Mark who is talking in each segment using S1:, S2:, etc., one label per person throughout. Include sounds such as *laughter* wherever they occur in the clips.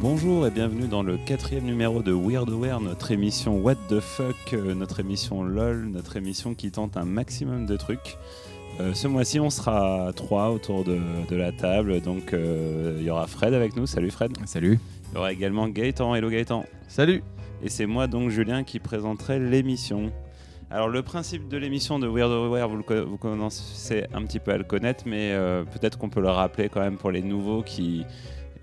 S1: Bonjour et bienvenue dans le quatrième numéro de Weird Aware, notre émission What the Fuck, euh, notre émission LOL, notre émission qui tente un maximum de trucs. Euh, ce mois-ci, on sera trois autour de, de la table, donc euh, il y aura Fred avec nous. Salut Fred.
S2: Salut.
S1: Il y aura également Gaëtan. Hello Gaëtan.
S2: Salut.
S1: Et c'est moi, donc Julien, qui présenterai l'émission. Alors, le principe de l'émission de Weird Aware, vous, le co- vous commencez un petit peu à le connaître, mais euh, peut-être qu'on peut le rappeler quand même pour les nouveaux qui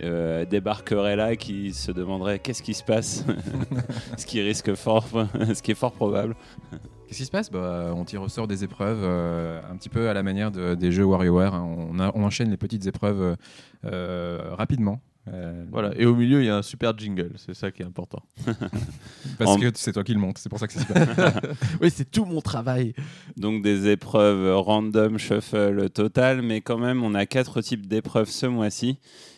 S1: euh, débarqueraient là et qui se demanderaient qu'est-ce qui se passe *laughs* Ce qui risque fort, *laughs* ce qui est fort probable.
S2: Qu'est-ce qui se passe bah, On tire au sort des épreuves euh, un petit peu à la manière de- des jeux WarioWare. hein. On, a- on enchaîne les petites épreuves euh, euh, rapidement. Euh,
S3: Voilà, et au milieu, il y a un super jingle, c'est ça qui est important.
S2: Parce
S1: En-
S2: que c'est toi qui le montes, c'est pour ça que ça se passe.
S1: *laughs*
S3: Oui, c'est tout mon travail.
S1: Donc des épreuves random, shuffle, total, mais quand même on a quatre types d'épreuves ce mois-ci.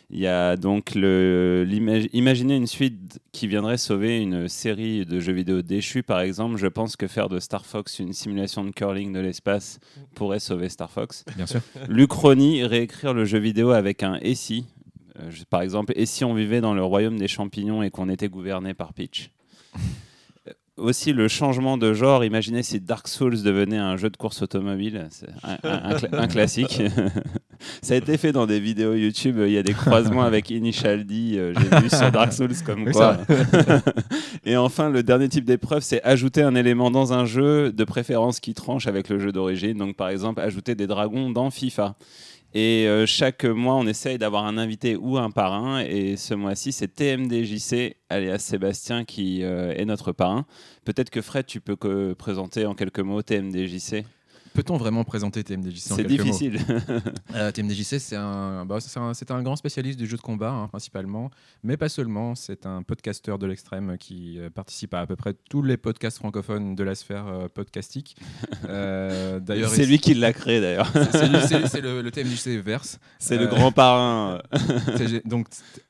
S1: Il y a donc le, l'imag- imaginer une suite qui viendrait sauver une série de jeux vidéo déchus par exemple. Je pense que faire de Star Fox une simulation de curling de l'espace pourrait sauver Star Fox.
S2: Bien sûr.
S1: Lucronie, réécrire le jeu vidéo avec un et si. Euh, je- par exemple, et si on vivait dans le royaume des champignons et qu'on était gouverné par Peach Euh, aussi le changement de genre, imaginez si Dark Souls devenait un jeu de course automobile, c'est un, un- un cla- un classique. *laughs* ça a été fait dans des vidéos YouTube, euh, il y a des croisements avec Initial D, euh, j'ai vu sur Dark Souls comme
S2: Oui,
S1: quoi. *laughs* Et enfin, le dernier type d'épreuve, c'est ajouter un élément dans un jeu, de préférence qui tranche avec le jeu d'origine. Donc, par exemple, ajouter des dragons dans FIFA. Et euh, chaque mois, on essaye d'avoir un invité ou un parrain. Et ce mois-ci, c'est TMDJC, alias Sébastien, qui euh, est notre parrain. Peut-être que Fred, tu peux que présenter en quelques mots TMDJC.
S2: Peut-on vraiment présenter TMDJC en
S1: C'est
S2: quelques mots
S1: difficile.
S2: Euh, TMDJC, c'est un, bah, c'est un, c'est un grand spécialiste du jeu de combat, hein, principalement, mais pas seulement. C'est un podcasteur de l'extrême qui euh, participe à à peu près tous les podcasts francophones de la sphère euh, podcastique.
S1: *laughs*
S2: Euh, D'ailleurs,
S1: c'est
S2: il-
S1: lui qui l'a créé d'ailleurs. *laughs*
S2: c'est lui- c'est- c'est le, le TMDJC verse.
S1: C'est
S2: Euh,
S1: le grand
S2: *laughs*
S1: parrain.
S2: C'est- j'ai- donc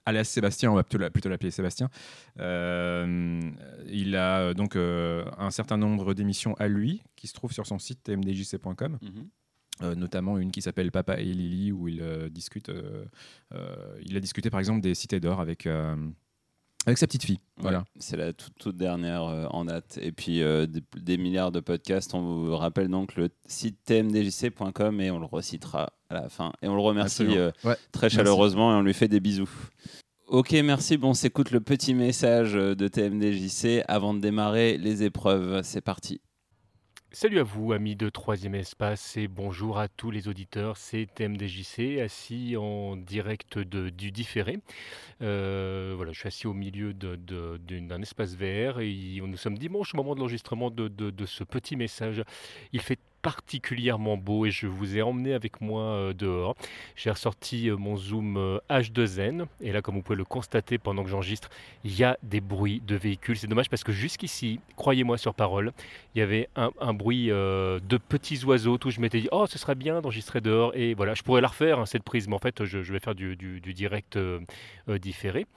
S2: alias Sébastien, on va plutôt la- plutôt l'appeler Sébastien. Euh, il a euh, donc euh, un certain nombre d'émissions à lui qui se trouvent sur son site tmdjc.com.
S1: Mhm.
S2: euh, notamment une qui s'appelle Papa et Lily où il euh, discute euh, euh, il a discuté par exemple des cités d'or avec euh, avec sa petite fille voilà
S1: Ouais, c'est la toute, toute dernière euh, en date. Et puis euh, des, des milliards de podcasts. On vous rappelle donc le site tmdjc.com et on le recitera à la fin. Et on le remercie
S2: Absolument.
S1: euh,
S2: Ouais,
S1: très chaleureusement et on lui fait des bisous. Ok, merci. Bon, on s'écoute le petit message euh, de TMDJC avant de démarrer les épreuves. C'est parti.
S4: Salut à vous, amis de Troisième Espace, et bonjour à tous les auditeurs. C'est TMDJC, assis en direct de- du différé. Euh, voilà, je suis assis au milieu de- de- d'une- d'un espace vert et il- nous sommes dimanche au moment de l'enregistrement de, de- de ce petit message. Il fait particulièrement beau et je vous ai emmené avec moi euh, dehors. J'ai ressorti euh, mon zoom euh, H2N et là, comme vous pouvez le constater pendant que j'enregistre, il y a des bruits de véhicules. C'est dommage parce que jusqu'ici, croyez-moi sur parole, il y avait un, un bruit euh, de petits oiseaux, tout. Je m'étais dit, oh, ce serait bien d'enregistrer dehors. Et voilà, je pourrais la refaire, hein, cette prise, mais en fait, je, je vais faire du, du- du direct euh, euh, différé.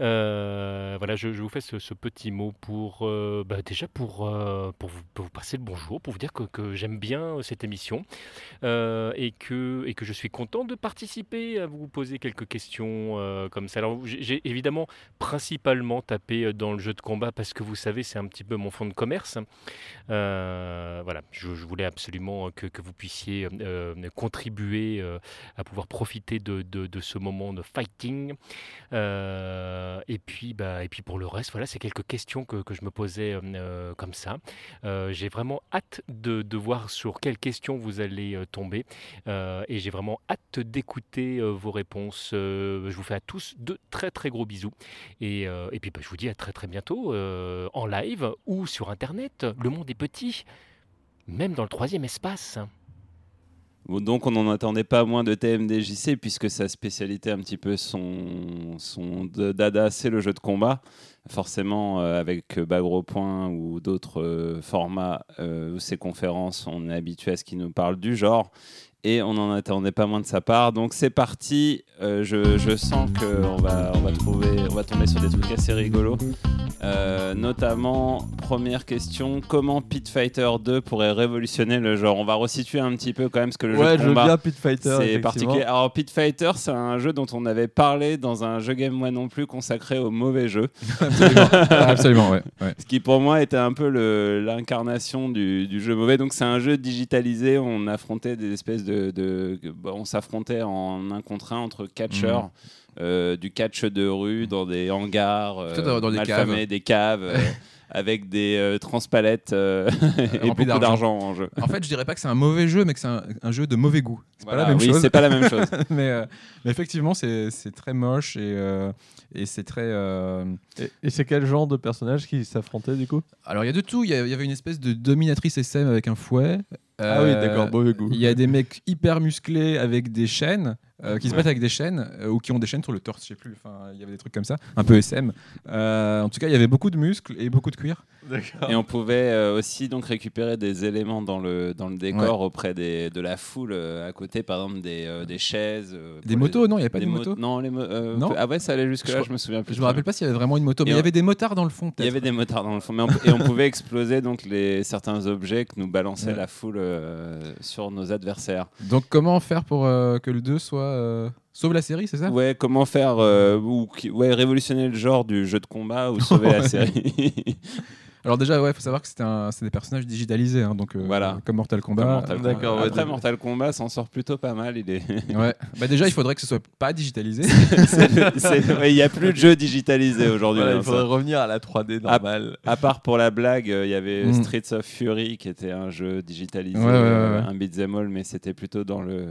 S4: Euh, voilà, je, je vous fais ce, ce petit mot pour, euh, bah, déjà pour, euh, pour, vous, pour vous passer le bonjour, pour vous dire que, que j'aime bien euh, cette émission euh, et, que, et que je suis content de participer à vous poser quelques questions euh, comme ça. Alors, j'ai j'ai évidemment principalement tapé euh, dans le jeu de combat parce que vous savez, c'est un petit peu mon fonds de commerce. Euh, voilà, je, je voulais absolument euh, que, que vous puissiez euh, contribuer euh, à pouvoir profiter de, de- de ce moment de fighting. Euh, et, puis, bah, et puis pour le reste, voilà, c'est quelques questions que, que je me posais euh, comme ça. Euh, j'ai vraiment hâte de, de voir sur quelles questions vous allez euh, tomber. Euh, et j'ai vraiment hâte d'écouter euh, vos réponses. Euh, je vous fais à tous de très très gros bisous. Et, euh, et puis bah, je vous dis à très très bientôt euh, en live ou sur internet. Le monde est petit, même dans le troisième espace.
S1: Bon, Donc on n'en attendait pas moins de TMDJC puisque sa spécialité un petit peu son, son de- dada c'est le jeu de combat. Forcément euh, avec Bagro Point ou d'autres euh, formats euh, ou ses conférences on est habitué à ce qu'il nous parle du genre Et on n'en attendait pas moins de sa part. Donc c'est parti. Euh, je, je sens qu'on va, on va, trouver, on va tomber sur des trucs assez rigolos. Euh, notamment, première question comment Pit Fighter 2 pourrait révolutionner le genre On va resituer un petit peu quand même ce que le
S3: ouais,
S1: jeu de
S3: je veux
S1: combat.
S3: bien Pit Fighter.
S1: C'est particulier. Alors, Pit Fighter, c'est un jeu dont on avait parlé dans un jeu game moi non plus consacré au mauvais jeu. *laughs*
S2: Absolument, Absolument, ouais. ouais.
S1: Ce qui pour moi était un peu le- l'incarnation du, du jeu mauvais. Donc c'est un jeu digitalisé. On affrontait des espèces de, de- bah, on s'affrontait en un contre un entre catcheurs.
S2: Mhm.
S1: euh, du catch de rue dans des hangars, euh,
S2: Tout Mhm. dans- dans des
S1: mal
S2: caves.
S1: famés, des caves,
S2: *laughs*
S1: euh, avec des euh, transpalettes euh, et
S2: Rempli
S1: beaucoup
S2: d'argent.
S1: d'argent en jeu.
S2: En fait, je dirais pas que c'est un mauvais jeu, mais que c'est un, un jeu de mauvais goût. C'est
S1: Voilà,
S2: pas la même
S1: oui,
S2: chose.
S1: c'est pas la même
S2: *laughs*
S1: chose.
S2: mais, euh, mais effectivement, c'est c'est très moche et, euh, et c'est très. euh,
S3: Et, et c'est quel genre de personnage qui s'affrontait du coup
S2: Alors, il y a de tout. Il y, a- il y avait une espèce de dominatrice SM avec un fouet.
S3: Ah oui,
S2: Euh,
S3: d'accord, mauvais goût.
S2: Il y a des mecs hyper musclés avec des chaînes, euh, qui se
S1: Ouais.
S2: battent avec des chaînes, euh, ou qui ont des chaînes sur le torse, je sais plus. Enfin, il y avait des trucs comme ça, un peu SM. Euh, en tout cas, il y avait beaucoup de muscles et beaucoup de cuir.
S1: Et on pouvait euh, aussi donc récupérer des éléments dans le, dans le décor auprès des, de la foule euh, à côté, par exemple des, euh, des chaises. euh,
S2: Des
S1: pour les-
S2: motos, non Il n'y avait pas
S1: des
S2: de
S1: mo-
S2: motos
S1: Non, les mo- euh,
S2: Non
S1: Ah ouais, ça allait jusque-là,
S2: Je-
S1: je, me souviens plus.
S2: Je me rappelle pas s'il y avait vraiment une moto, mais
S1: Et
S2: il y
S1: on-
S2: avait des motards dans le fond,
S1: Il y
S2: peut-être.
S1: avait des motards dans le fond. mais on- et on pouvait exploser donc les, certains objets que nous balançait
S2: Ouais.
S1: la foule euh, sur nos adversaires.
S2: Donc, comment faire pour euh, que le 2 soit. euh, Sauve la série, c'est ça
S1: Ouais, comment faire euh, ou qui- ouais, révolutionner le genre du jeu de combat ou sauver
S2: *laughs*
S1: la série
S2: Alors, déjà, ouais, faut savoir que c'est un- c'est des personnages digitalisés, hein, donc euh,
S1: Voilà.
S2: comme Mortal Kombat. euh,
S1: Comme Mortal Kombat.
S3: d'accord, ouais,
S1: Après,
S3: d'accord.
S1: Mortal Kombat s'en sort plutôt pas mal.
S2: *laughs*
S1: Il est... *laughs*
S2: Ouais. Bah déjà, il faudrait que ce soit pas digitalisé.
S1: c'est- c'est- ouais, Il n'y a plus de jeux digitalisés aujourd'hui.
S3: Voilà,
S1: hein,
S3: il
S1: ça.
S3: faudrait revenir à la 3D
S1: Ah,
S3: normale.
S1: À part pour la blague, euh, il y avait
S2: Mm.
S1: Streets of Fury qui était un jeu digitalisé,
S2: Ouais, ouais, ouais,
S1: euh,
S2: ouais.
S1: un beat'em all, mais c'était plutôt dans le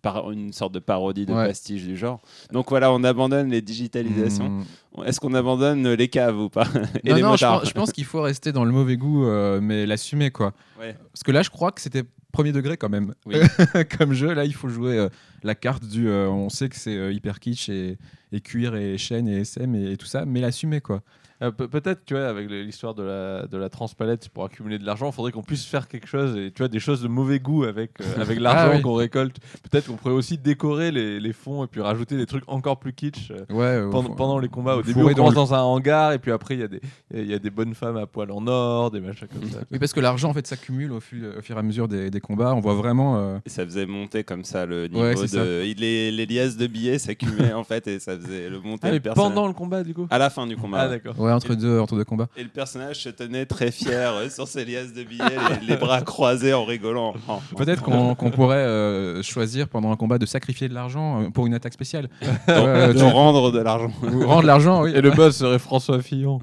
S1: par une sorte de parodie de
S2: Ouais.
S1: pastiche du genre. Donc voilà, on abandonne les digitalisations.
S2: Mm.
S1: Est-ce qu'on abandonne euh, les caves ou pas *laughs* Et
S2: non,
S1: les
S2: non, je,
S1: motards
S2: pense- je pense qu'il faut rester dans le mauvais goût, euh, mais l'assumer quoi.
S1: Ouais.
S2: Parce que là, je crois que c'était premier degré quand même.
S1: Oui.
S2: *laughs* Comme jeu, là, il faut jouer euh, la carte du. euh, on sait que c'est euh, hyper kitsch et, et cuir et chaîne et SM et, et tout ça, mais l'assumer quoi.
S3: Euh, pe- Peut-être, tu vois, avec le- l'histoire de la, de la transpalette pour accumuler de l'argent, il faudrait qu'on puisse faire quelque chose, et tu vois, des choses de mauvais goût avec, *laughs* euh, avec l'argent
S2: Ah oui.
S3: qu'on récolte. Peut-être qu'on pourrait aussi décorer les, les fonds et puis rajouter des trucs encore plus kitsch euh,
S2: Ouais. euh,
S3: pendant,
S2: faut-
S3: pendant les combats. Au début,
S2: Fourré
S3: on commence
S2: dans
S3: dans, un hangar, et puis après, il y, a des- il y a des bonnes femmes à poil en or, des machins *laughs* comme ça.
S2: Oui, parce que l'argent en fait s'accumule au, fil- au fur et à mesure des, des combats. On voit vraiment. euh,
S1: Et ça faisait monter comme ça le niveau
S2: Ouais,
S1: de.
S2: c'est ça.
S1: il- Les, les liasses de billets s'accumulaient en fait et ça faisait le monter.
S3: Ah,
S1: le
S3: mais
S1: personnage.
S3: pendant le combat, du coup
S1: À la fin du combat.
S3: Ah,
S1: ouais.
S3: d'accord.
S2: Ouais, entre deux, entre deux combats.
S1: et le personnage se tenait très fier euh, sur ses liasses de billets, les, les bras croisés en rigolant.
S2: Peut-être qu'on qu'on pourrait euh, choisir pendant un combat de sacrifier de l'argent euh, pour une attaque *laughs* spéciale.
S1: D'en-
S2: Ouais,
S1: d'en rendre de l'argent.
S2: Ou rendre l'argent, oui.
S3: Et le boss serait François *laughs* Fillon.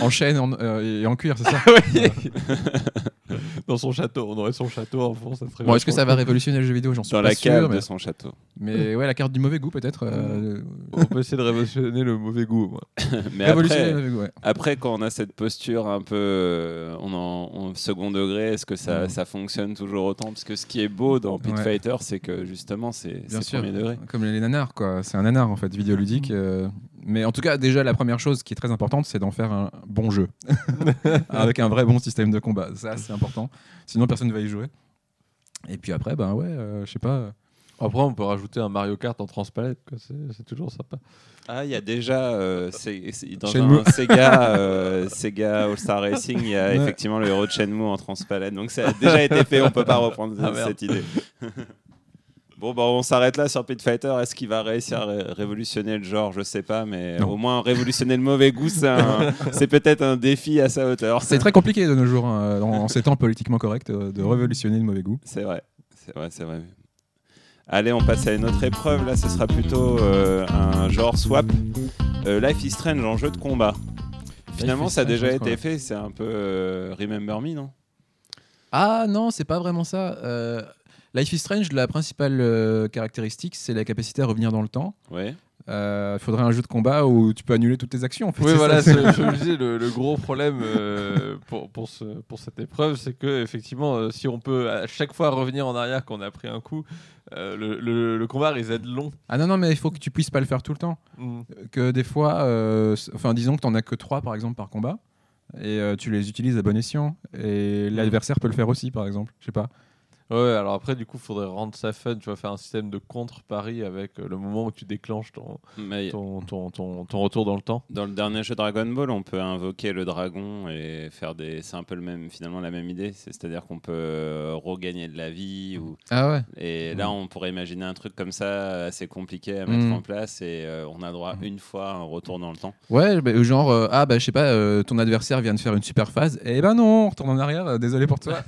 S2: En chaîne en- euh, et en cuir, c'est ça
S3: Dans son château, on aurait son château en France. ça serait
S2: Bon, est-ce que
S3: vachement
S2: ça va révolutionner le jeu vidéo J'en suis
S1: Dans
S2: pas
S1: la cave
S2: sûr. Mais...
S1: de son château.
S2: mais ouais, la carte du mauvais goût peut-être. euh,
S3: On peut essayer de révolutionner le mauvais goût. moi.
S1: *laughs* Mais
S2: révolutionner le
S1: après,
S2: mauvais goût, ouais.
S1: après, quand on a cette posture un peu euh, on en, en second degré, est-ce que ça,
S2: Mm.
S1: ça fonctionne toujours autant Parce que ce qui est beau dans Pit
S2: Ouais.
S1: Fighter, c'est que justement, c'est
S2: Bien
S1: c'est
S2: sûr.
S1: premier degré.
S2: Comme les nanars, quoi. C'est un nanar en fait,
S1: Mmh.
S2: vidéoludique. euh, Mais en tout cas, déjà, la première chose qui est très importante, c'est d'en faire un
S1: *laughs*
S2: bon jeu. Avec un vrai bon système de combat. Ça, c'est important. Sinon, personne ne va y jouer. Et puis après, ben ouais, euh, je sais pas. euh,
S3: Après, on peut rajouter un Mario Kart en transpalette. quoi, C'est c'est toujours sympa.
S1: Ah, il y a déjà euh, c'est- c'est- dans
S2: Shenmue.
S1: un Sega, euh, Sega All Star Racing, il y a
S2: Ouais.
S1: effectivement le héros de Shenmue en transpalette. Donc ça a déjà été fait, on peut pas reprendre
S3: Ah, merde.
S1: cette idée. *laughs* Bon, bah, on s'arrête là sur Pit Fighter. Est-ce qu'il va réussir à ré- révolutionner le genre Je sais pas, mais
S2: Non.
S1: au moins révolutionner le mauvais goût, c'est
S2: *laughs*
S1: un- c'est peut-être un défi à sa hauteur.
S2: C'est très compliqué de nos jours, hein, en, en ces temps politiquement corrects, euh, de révolutionner le mauvais goût.
S1: C'est vrai, c'est vrai, c'est vrai. Allez, on passe à une autre épreuve. Là, ce sera plutôt euh, un genre swap. Euh, Life is Strange en jeu de combat. Finalement,
S2: is
S1: ça a
S2: Strange en
S1: déjà
S2: jeu de
S1: été
S2: combat.
S1: fait. C'est un peu euh, Remember Me, non
S2: Ah non, c'est pas vraiment ça. Euh, Life is Strange, la principale euh, caractéristique, c'est la capacité à revenir dans le temps.
S1: Ouais.
S2: Il faudrait un jeu de combat où tu peux annuler toutes tes actions. En fait,
S3: Oui,
S2: c'est
S3: voilà,
S2: ça.
S3: c'est- je *laughs* me disais, le, le gros problème euh, pour, pour, ce, pour cette épreuve, c'est que effectivement, euh, si on peut à chaque fois revenir en arrière qu'on a pris un coup, euh, le, le- le combat risque d'être long.
S2: Ah non, non, mais il faut que tu puisses pas le faire tout le temps.
S3: Mm.
S2: Euh, Que des fois, euh, c- enfin, disons que t'en as que trois par exemple par combat, Mm. et euh, tu les utilises à bon escient, et l'adversaire peut le faire aussi par exemple. Je sais pas.
S3: Ouais, alors après, du coup, il faudrait rendre ça fun. Tu vas faire un système de contre-pari avec euh, le moment où tu déclenches ton,
S1: Mais
S3: ton, ton, ton, ton retour dans le temps.
S1: dans le dernier jeu Dragon Ball, on peut invoquer le dragon et faire des. C'est un peu le même, finalement la même idée. C'est- C'est-à-dire qu'on peut euh, regagner de la vie ou
S2: Ah ouais
S1: Et
S2: Mm.
S1: là, on pourrait imaginer un truc comme ça, assez compliqué à mettre
S2: Mm.
S1: en place, et euh, on a droit à une fois à un retour dans le temps.
S2: Ouais, bah, genre, euh, ah bah je sais pas, euh, ton adversaire vient de faire une super phase. Eh ben non, on retourne en arrière, euh, désolé pour toi.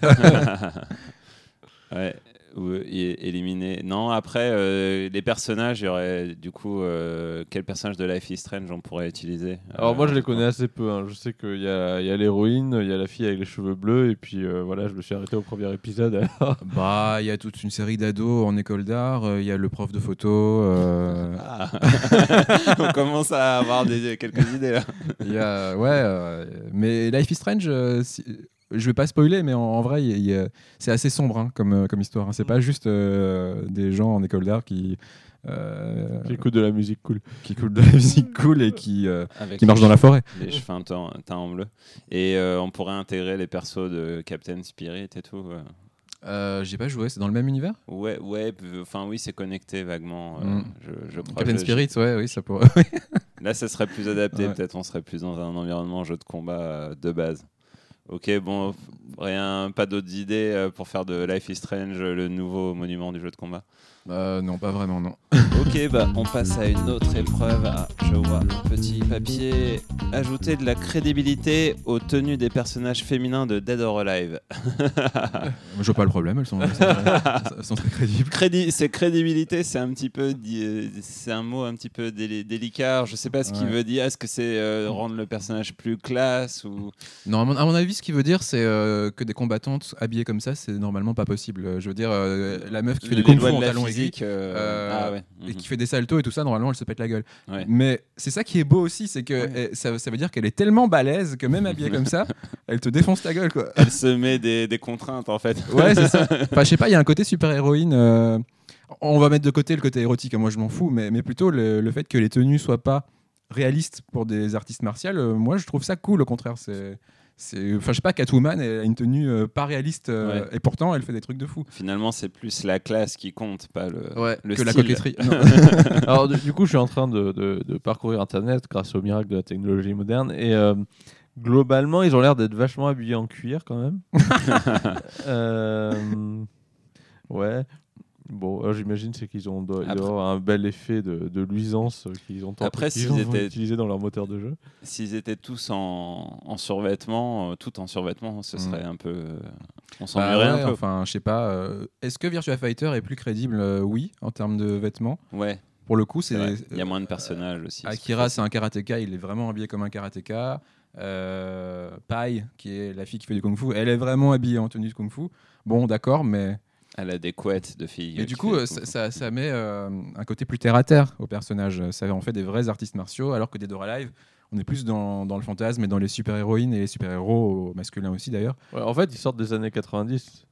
S1: ouais. Ou é- éliminer. Non, après, euh, les personnages, il y aurait du coup, euh, quel personnage de Life is Strange on pourrait utiliser
S3: Alors
S1: Euh,
S3: moi, je les connais assez peu. hein. Je sais qu'il y a, il y a l'héroïne, il y a la fille avec les cheveux bleus, et puis euh, voilà, je me suis arrêté au premier épisode. alors.
S2: bah, il y a toute une série d'ados en école d'art, euh, il y a le prof de photo, euh,
S1: Ah. *laughs* on commence à avoir des, quelques idées là.
S2: il y a. Ouais, euh, mais Life is Strange, euh, si- je vais pas spoiler, mais en, en vrai, il y a- il y a- c'est assez sombre hein, comme, euh, comme histoire. hein. C'est pas juste euh, des gens en école d'art qui. euh, *laughs*
S3: J'écoute de la musique cool.
S2: qui coulent de la musique cool et qui, euh,
S1: Avec
S2: qui marchent dans la forêt.
S1: Les cheveux en teint, teint en bleu. Et euh, on pourrait intégrer les persos de Captain Spirit et tout. ouais.
S2: Euh, J'ai pas joué, c'est dans le même univers
S1: Ouais, ouais, p- enfin oui, c'est connecté vaguement, euh,
S2: Mm.
S1: je, je crois.
S2: Captain
S1: Je-
S2: Spirit, ouais, oui, ça pourrait.
S1: Là, ça serait plus adapté,
S2: Ouais.
S1: peut-être on serait plus dans un environnement jeu de combat euh, de base. Ok, bon, f- rien, pas d'autres idées euh, pour faire de Life is Strange euh, le nouveau monument du jeu de combat.
S2: Euh, non, pas vraiment, non.
S1: Ok, bah on passe à une autre épreuve. Ah, je vois un petit papier. Ajouter de la crédibilité aux tenues des personnages féminins de Dead or Alive.
S2: Je vois pas le problème, elles
S1: *laughs*
S2: sont, elles sont- elles sont très crédibles.
S1: Crédi- c'est crédibilité, c'est un petit peu, di- euh, c'est un mot un petit peu déli- délicat. Alors, Je sais pas ce qu'il
S2: Ouais.
S1: veut dire. Est-ce que c'est euh, rendre le personnage plus classe ou
S2: Non, à mon, à mon avis, ce qu'il veut dire, c'est euh, que des combattantes habillées comme ça, c'est normalement pas possible. Euh, Je veux dire, euh, la meuf qui fait
S1: Les
S2: des kung fu
S1: lois de
S2: en
S1: la
S2: talons aiguilles
S1: physique, euh,
S2: euh,
S1: ah *laughs* ouais.
S2: et
S1: mhm.
S2: qui fait des saltos et tout ça, normalement, elle se pète la gueule.
S1: Ouais.
S2: Mais c'est ça qui est beau aussi, c'est que eh, ça, ça veut dire qu'elle est tellement balèze
S1: *laughs*
S2: que même habillée comme ça, elle te défonce ta gueule, quoi.
S1: Elle se met des, des contraintes en fait.
S2: Ouais, c'est ça. *laughs* Enfin, je sais pas, il y a un côté super-héroïne. euh, On va mettre de côté le côté érotique, hein, moi je m'en fous, mais, mais plutôt le, le fait que les tenues soient pas réalistes pour des artistes martiales, euh, moi je trouve ça cool au contraire. C'est. c'est- Enfin, je sais pas, Catwoman, elle a une tenue euh, pas réaliste euh, et pourtant elle fait des trucs de fou.
S1: *laughs*
S2: Euh,
S1: Finalement, c'est plus la classe qui compte, pas le. le
S2: que la
S1: style. *laughs*
S2: coquetterie. Non.
S3: *laughs* Alors du, du coup, je suis en train de, de- de parcourir Internet grâce au miracle de la technologie moderne, et euh, globalement, ils ont l'air d'être vachement habillés en cuir quand
S1: *laughs*
S3: même. Euh, ouais. Bon, alors, j'imagine c'est qu'ils ont doit- il doit
S1: Après-
S3: avoir un bel effet de, de luisance euh, qu'ils ont tenté-
S1: Après,
S3: qu'ils
S1: s'ils
S3: ont
S1: étaient-
S3: utilisé dans leur moteur de jeu.
S1: S'ils étaient tous en, en survêtement, euh, tout en survêtement, ce
S2: Mm.
S1: serait un peu. euh, on
S2: Bah
S1: s'ennuierait
S2: ouais,
S1: un peu.
S2: Enfin, je sais pas. euh, Est-ce que Virtua Fighter est plus crédible Euh, Oui, en termes de vêtements.
S1: Ouais.
S2: Pour le coup,
S1: hein. c'est
S2: c'est
S1: vrai. Il y a
S2: euh,
S1: moins de personnages aussi.
S2: Akira, c'est un karatéka, il est vraiment habillé comme un karatéka. Euh, Pai, qui est la fille qui fait du kung-fu, elle est vraiment habillée en tenue de kung-fu. Bon, d'accord, mais
S1: Elle a des couettes de filles.
S2: et
S1: euh,
S2: du
S1: qui
S2: coup,
S1: fait
S2: euh,
S1: tout.
S2: ça, ça- ça met euh, un côté plus terre à terre au personnage. Ça en fait des vrais artistes martiaux, alors que des Dora Live, on est plus dans, dans le fantasme et dans les super-héroïnes et les super-héros masculins aussi d'ailleurs.
S3: Ouais, en fait, ils sortent des années 90.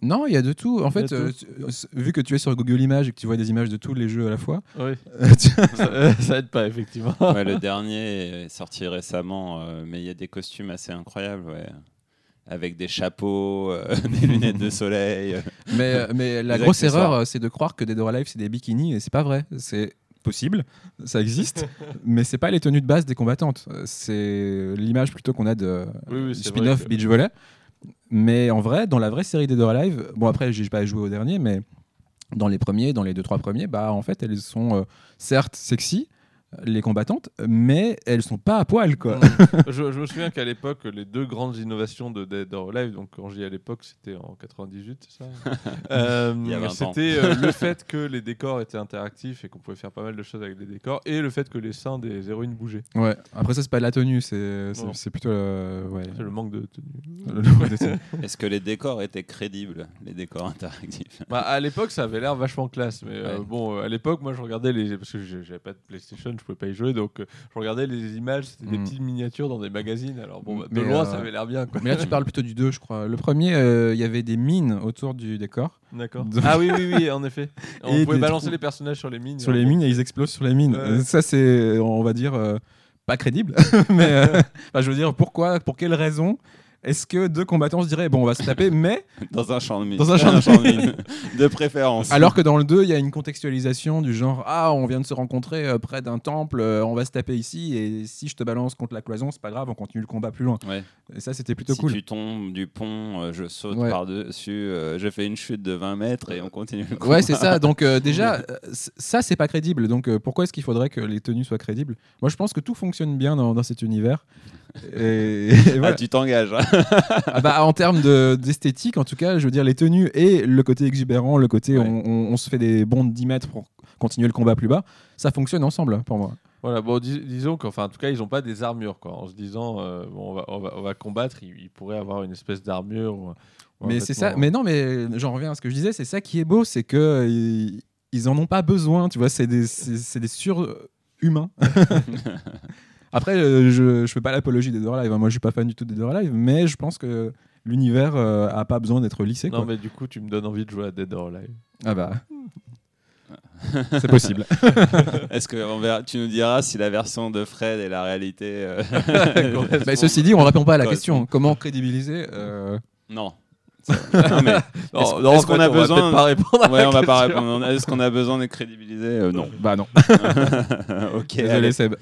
S2: Non, il y a de tout. En
S3: Il y a
S2: fait,
S3: de
S2: euh, tu- vu que tu es sur Google Images et que tu vois des images de tous les jeux à la
S3: *laughs*
S2: fois,
S3: Oui,
S2: tu-
S3: ça, ça aide pas effectivement.
S1: *laughs* Ouais, le dernier est sorti récemment, euh, mais il y a des costumes assez incroyables, ouais. Avec des chapeaux, euh, *laughs* des lunettes de soleil. euh.
S2: Mais, euh, mais la
S1: Les
S2: grosse
S1: accessoires.
S2: erreur, euh, c'est de croire que des Dora Live, c'est des bikinis, et c'est pas vrai. C'est possible, ça
S3: *laughs*
S2: existe, mais c'est pas les tenues de base des combattantes. Euh, C'est l'image plutôt qu'on a de
S3: Oui, oui,
S2: du
S3: c'est
S2: spin-off
S3: vrai que-
S2: Beach Volley. Mais en vrai, dans la vraie série des Dora Live, bon après, j'ai pas joué au dernier, mais dans les premiers, dans les deux, trois premiers, bah en fait, elles sont euh, certes sexy, les combattantes, mais elles sont pas à poil, quoi.
S3: Mm. *laughs* je, je me souviens qu'à l'époque, les deux grandes innovations de Dead or Alive, donc quand je dis à l'époque, c'était en 98, c'est ça Euh,
S1: Il y a 20 ans.
S3: C'était euh, le fait que les décors étaient interactifs et qu'on pouvait faire pas mal de choses avec les décors, et le fait que les seins des héroïnes bougeaient.
S2: Ouais. Après ça, c'est pas de la tenue, c'est c'est-
S3: Non.
S2: c'est plutôt euh, ouais.
S3: C'est le manque de tenue.
S1: Est-ce que les décors étaient crédibles, les décors interactifs *laughs*
S3: Bah, à l'époque, ça avait l'air vachement classe, mais euh,
S1: Ouais.
S3: bon, euh, à l'époque, moi je regardais les. Parce que j'ai- j'avais pas de PlayStation, je pouvais pas y jouer, donc euh, je regardais les images, c'était des
S2: Mm.
S3: petites miniatures dans des magazines, alors bon, bah, de
S2: Mais,
S3: loin,
S2: euh,
S3: ça avait l'air bien quoi.
S2: *laughs* Mais là, tu parles plutôt du 2, je crois. Le premier, euh, il y avait des mines autour du décor.
S3: D'accord.
S2: Donc-
S3: *laughs* Ah oui, oui, oui,
S2: *laughs*
S3: en effet. On
S2: Et
S3: pouvait
S2: des
S3: balancer
S2: trous.
S3: les personnages sur les mines. euh,
S2: Sur
S3: et
S2: les
S3: on-
S2: mines, et ils explosent sur les mines.
S3: Ouais.
S2: Euh,
S1: *laughs*
S2: Ça, *laughs* c'est, on va dire, euh, pas crédible. mais euh, enfin, je veux dire, pourquoi, pour quelle raison Est-ce que deux combattants se diraient, bon, on va se taper, mais
S1: Dans un champ de mine.
S2: Dans un
S1: *laughs*
S2: champ de
S1: mine. de préférence.
S2: *laughs* alors que dans le 2, il y a une contextualisation du genre, ah, on vient de se rencontrer euh, près d'un temple, euh, on va se taper ici, et si je te balance contre la cloison, c'est pas grave, on continue le combat plus loin.
S1: Ouais.
S2: Et ça, c'était plutôt
S1: si
S2: cool.
S1: tu tombes du pont, euh, je saute
S2: Ouais.
S1: par-dessus, euh, je fais une chute de 20 mètres et on continue le combat.
S2: Ouais, c'est ça. Donc euh, déjà, euh, c- ça, c'est pas crédible. Donc euh, pourquoi est-ce qu'il faudrait que les tenues soient crédibles Moi, je pense que tout fonctionne bien dans, dans cet
S1: *laughs*
S2: univers. Et, et
S1: *laughs* Ah,
S2: voilà.
S1: tu t'engages. hein. *laughs*
S2: Ah bah, en termes de- d'esthétique, en tout cas, je veux dire, les tenues et le côté exubérant, le côté
S1: Ouais.
S2: on, on- on se fait des bonds de 10 mètres pour continuer le combat plus bas, ça fonctionne ensemble pour moi.
S3: Voilà, bon, dis- disons qu'enfin, en tout cas, ils n'ont pas des armures, quoi. En se disant, euh, bon, on va, on va- on va combattre, ils, ils pourraient avoir une espèce d'armure. ou- ou un
S2: mais c'est ça.
S3: vêtement.
S2: Mais non, mais j'en reviens à ce que je disais. C'est ça qui est beau, c'est que euh, ils- ils en ont pas besoin. Tu vois, c'est des, c'est c'est des
S3: *laughs*
S2: surhumains. Après, euh, je, je fais pas l'apologie des Dora Live. hein. Moi, je suis pas fan du tout des Dora Live, mais je pense que l'univers euh, a pas besoin d'être lissé.
S3: Non,
S2: quoi.
S3: mais du coup, tu me donnes envie de jouer à Dead or Alive.
S2: Ah
S3: *laughs*
S2: bah. c'est possible.
S1: Est-ce que on verra- tu nous diras si la version de Fred est la réalité euh,
S2: Mais ceci dit, on répond pas à la
S1: Ouais,
S2: question. Comment crédibiliser euh,
S1: Non. *laughs* Non,
S2: *laughs*
S1: mais
S3: Non,
S1: Est-ce-
S3: non, en
S1: est-ce qu'on
S3: fait,
S1: a
S3: on va
S1: besoin-
S3: peut-être pas répondre à
S1: ouais,
S3: la
S1: on va pas
S3: question.
S1: répondre. Est-ce qu'on a besoin de crédibiliser Euh, Non.
S2: Bah
S3: *laughs*
S2: non.
S1: ok.
S2: Désolé,
S1: allez.
S2: Seb.